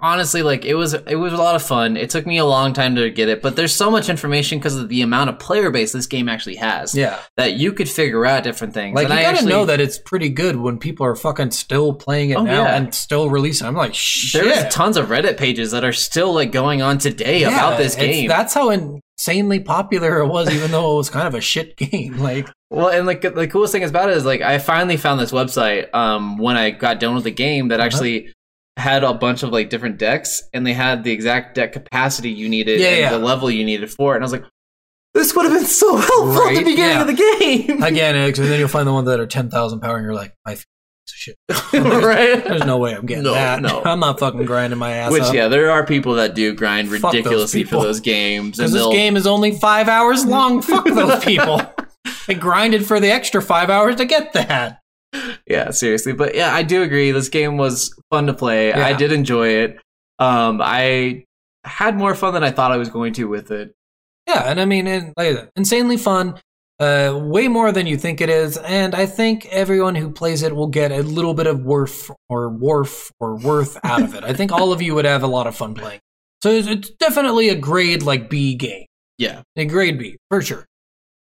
A: honestly like it was it was a lot of fun it took me a long time to get it but there's so much information because of the amount of player base this game actually has
B: yeah,
A: that you could figure out different things
B: like
A: and
B: you
A: i
B: gotta
A: actually
B: know that it's pretty good when people are fucking still playing it
A: Oh,
B: now
A: yeah.
B: and still releasing. I'm like, shit.
A: there's tons of reddit pages that are still like going on today
B: Yeah,
A: about this
B: it's-
A: game
B: That's how insanely popular it was, even though it was kind of a shit game. Like,
A: Well, and like the coolest thing about it is like I finally found this website um when I got done with the game that
B: Uh-huh.
A: actually had a bunch of like different decks and they had the exact deck capacity you needed
B: Yeah,
A: and
B: yeah.
A: the level you needed for it. And I was like, this would have been so helpful at
B: Right,
A: the beginning
B: yeah.
A: of the game.
B: again, it's- and then you'll find the ones that are ten thousand power, and you're like, my f- piece of shit.
A: right?
B: There's no way I'm getting
A: No,
B: that.
A: no.
B: I'm not fucking grinding my ass
A: Which
B: up.
A: yeah, there are people that do grind
B: Fuck those
A: ridiculously
B: people.
A: for those games and
B: Because this
A: they'll
B: game is only five hours long. Fuck those people. They grinded for the extra five hours to get that.
A: yeah seriously but yeah i do agree this game was fun to play i
B: Yeah.
A: did enjoy it um i had more fun than i thought i was going to with it
B: Yeah, and I mean, and, like I said, insanely fun. Uh, way more than you think it is, and I think everyone who plays it will get a little bit of worth or worth or worth out of it. I think all of you would have a lot of fun playing. So it's, it's definitely a grade like B game,
A: yeah
B: a grade B for sure.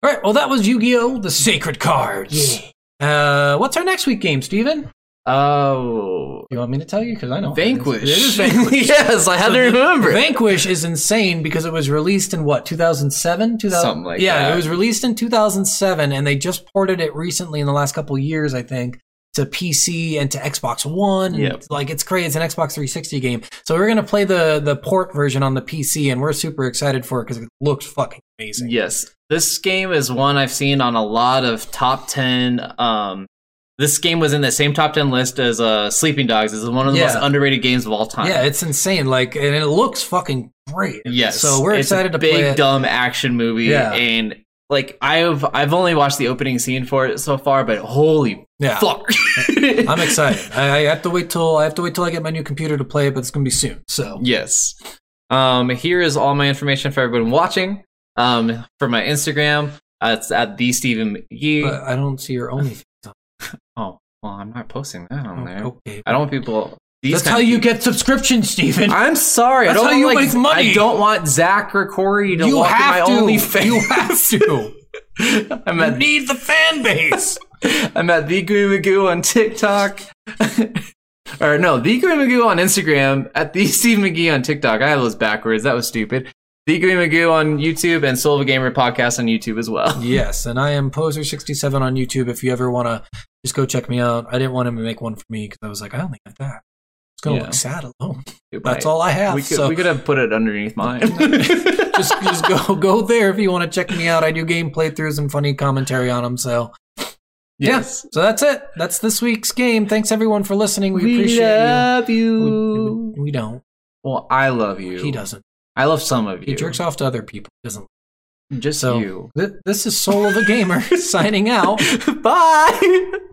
B: All right, well that was Yu-Gi-Oh! The Sacred Cards. Uh, what's our next week game, Steven?
A: oh
B: You want me to tell you? Because I know.
A: vanquish
B: It is Vanquish.
A: yes i had to remember
B: Vanquish is insane because it was released in what 2007, 2000,
A: Something like
B: yeah,
A: that.
B: it was released in 2007, and they just ported it recently in the last couple of years, I think, to PC and to Xbox One. and
A: Yep.
B: like it's crazy. It's an Xbox 360 game, so we're gonna play the the port version on the PC, and we're super excited for it because it looks fucking amazing.
A: yes this game is one i've seen on a lot of top 10 um this game was in the same top 10 list as uh sleeping dogs It's one of the
B: Yeah.
A: most underrated games of all time
B: Yeah, it's insane. Like, and it looks fucking great.
A: Yes.
B: So we're
A: It's a
B: excited to
A: big
B: play it.
A: dumb action movie
B: Yeah.
A: and like I've I've only watched the opening scene for it so far but holy
B: Yeah.
A: fuck.
B: I'm excited. I, I have to wait till I have to wait till I get my new computer to play it, but it's gonna be soon. So
A: yes. Um here is all my information for everyone watching. Um for my Instagram, uh, it's at the Stephen Yee.
B: but I don't see your OnlyFans. on-
A: oh, well, I'm not posting that on there.
B: Okay,
A: I don't want people these
B: Oh, that's
A: kind
B: how
A: of
B: you
A: people-
B: get subscriptions, Stephen.
A: I'm sorry.
B: That's
A: I don't
B: how you
A: want,
B: make
A: like,
B: money.
A: I don't want Zach or Corey to
B: you
A: walk in
B: have to.
A: my only
B: You have to.
A: I'm
B: You
A: at
B: need the fan base.
A: I'm at the Gooey Magoo on TikTok. or no, the Gooey Magoo on Instagram, at the Steve McGee on TikTok. I have those backwards. That was stupid. The Gooey Magoo on YouTube and Soul of a Gamer podcast on YouTube as well.
B: yes, and I am Poser67 on YouTube. If you ever want to, just go check me out. I didn't want him to make one for me because I was like, I only have that. It's gonna
A: Yeah.
B: look sad alone.
A: It
B: That's
A: might-
B: all I have.
A: We could,
B: so
A: we could have put it underneath mine.
B: just just go go there if you want to check me out. I do game playthroughs and funny commentary on them. So
A: yes.
B: So that's it. That's this week's game. Thanks everyone for listening. We, appreciate
A: you.
B: you. We, we- we don't.
A: Well, I love you.
B: He doesn't.
A: I love some of you.
B: He jerks off to other people. He doesn't.
A: Just
B: So
A: you.
B: Th- this is Soul of a Gamer signing out.
A: Bye.